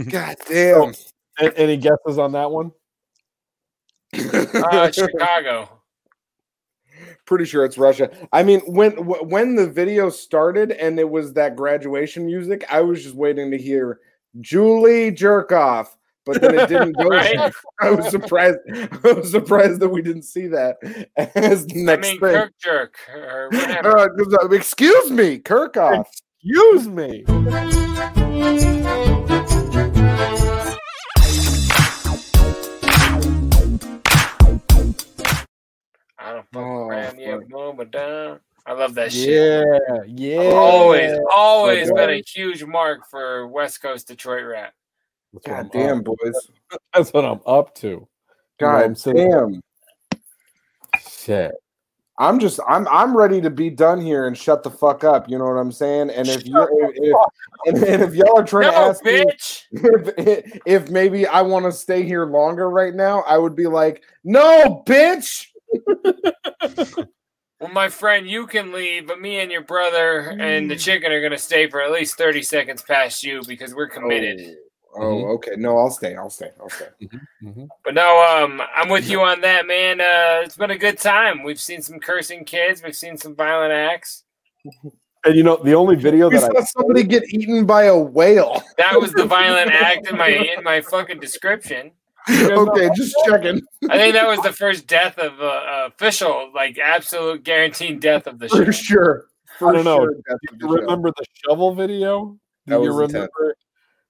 S7: God damn.
S2: A- any guesses on that one?
S6: Uh, Chicago.
S7: Pretty sure it's Russia. I mean, when wh- when the video started and it was that graduation music, I was just waiting to hear Julie Jerkoff, but then it didn't go.
S6: Right?
S7: there. I was surprised. I was surprised that we didn't see that as the
S6: I
S7: next
S6: mean,
S7: thing.
S6: Kirk jerk or whatever.
S7: Uh, excuse me, Kirkoff.
S2: Excuse me.
S6: I don't fucking
S7: Oh,
S6: ram you,
S7: fuck.
S6: boom, ba, down. I love that shit.
S2: Yeah, yeah.
S6: I've always, always
S2: That's
S6: been a huge mark for West Coast Detroit rap.
S2: what I'm
S7: God damn, boys.
S2: That's what I'm up to.
S7: God
S2: I'm sitting-
S7: damn.
S2: Shit.
S7: I'm just I'm I'm ready to be done here and shut the fuck up. You know what I'm saying? And if you if, if and, and if y'all are trying to
S6: No,
S7: ask me if, if maybe I want to stay here longer right now, I would be like, no, bitch.
S6: Well, my friend, you can leave, but me and your brother and
S7: Mm.
S6: the chicken are gonna stay for at least thirty seconds past you because we're committed.
S7: Oh, okay. No, I'll stay. I'll stay. I'll stay.
S6: But no, um, I'm with you on that, man. Uh, it's been a good time. We've seen some cursing kids. We've seen some violent acts.
S2: And you know, the only video
S7: We
S2: that
S7: saw
S2: I
S7: somebody get eaten by a whale.
S6: That was the violent act in my in my fucking description.
S7: okay, just checking.
S6: I think that was the first death of uh, uh, official, like absolute guaranteed death of the show.
S7: For sure.
S2: I don't know.
S7: sure,
S2: Do you remember the shovel video?
S7: That
S2: Do you
S7: was intense.
S2: remember?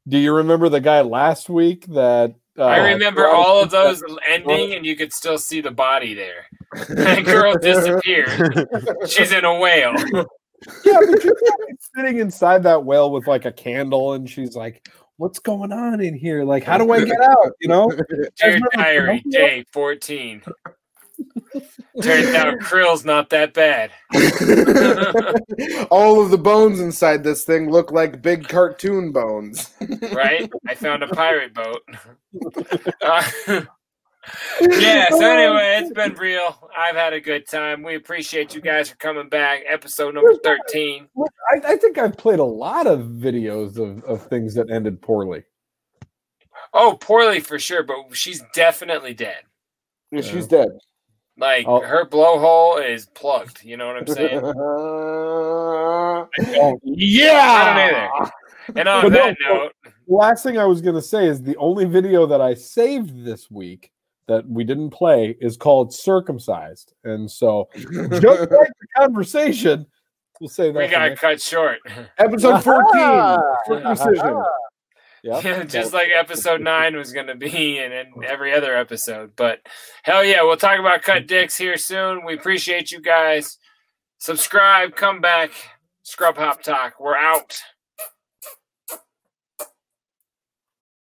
S2: Do you remember the guy last week that? Uh,
S6: I remember all of those ending, and you could still see the body there. That girl disappeared. She's in a whale.
S2: Yeah, but you're sitting inside that well with like a candle, and she's like, "What's going on in here? Like, how do I get out?" You know.
S6: Dear Diary, day 14. Turns out krill's not that bad.
S7: All of the bones inside this thing look like big cartoon bones.
S6: right? I found a pirate boat. Uh, yeah, so anyway, it's been real. I've had a good time. We appreciate you guys for coming back. Episode number 13.
S2: Look, I, I think I've played a lot of videos of, of things that ended poorly.
S6: Oh, poorly for sure, but she's definitely dead.
S7: Yeah, she's dead.
S6: Like,
S2: Oh.
S6: her blowhole is plugged. You know what I'm saying?
S2: yeah.
S6: I don't either. And on
S2: But no,
S6: that note,
S2: Last thing I was going to say is the only video that I saved this week that we didn't play is called "Circumcised," and so just like the conversation, we'll say that
S6: we
S2: for
S6: got
S2: next-
S6: cut short.
S7: Episode 14. circumcision.
S6: Yeah, just like episode nine was going to be, and, and every other episode. But hell yeah, we'll talk about cut dicks here soon. We appreciate you guys. Subscribe, come back, scrub hop talk. We're out.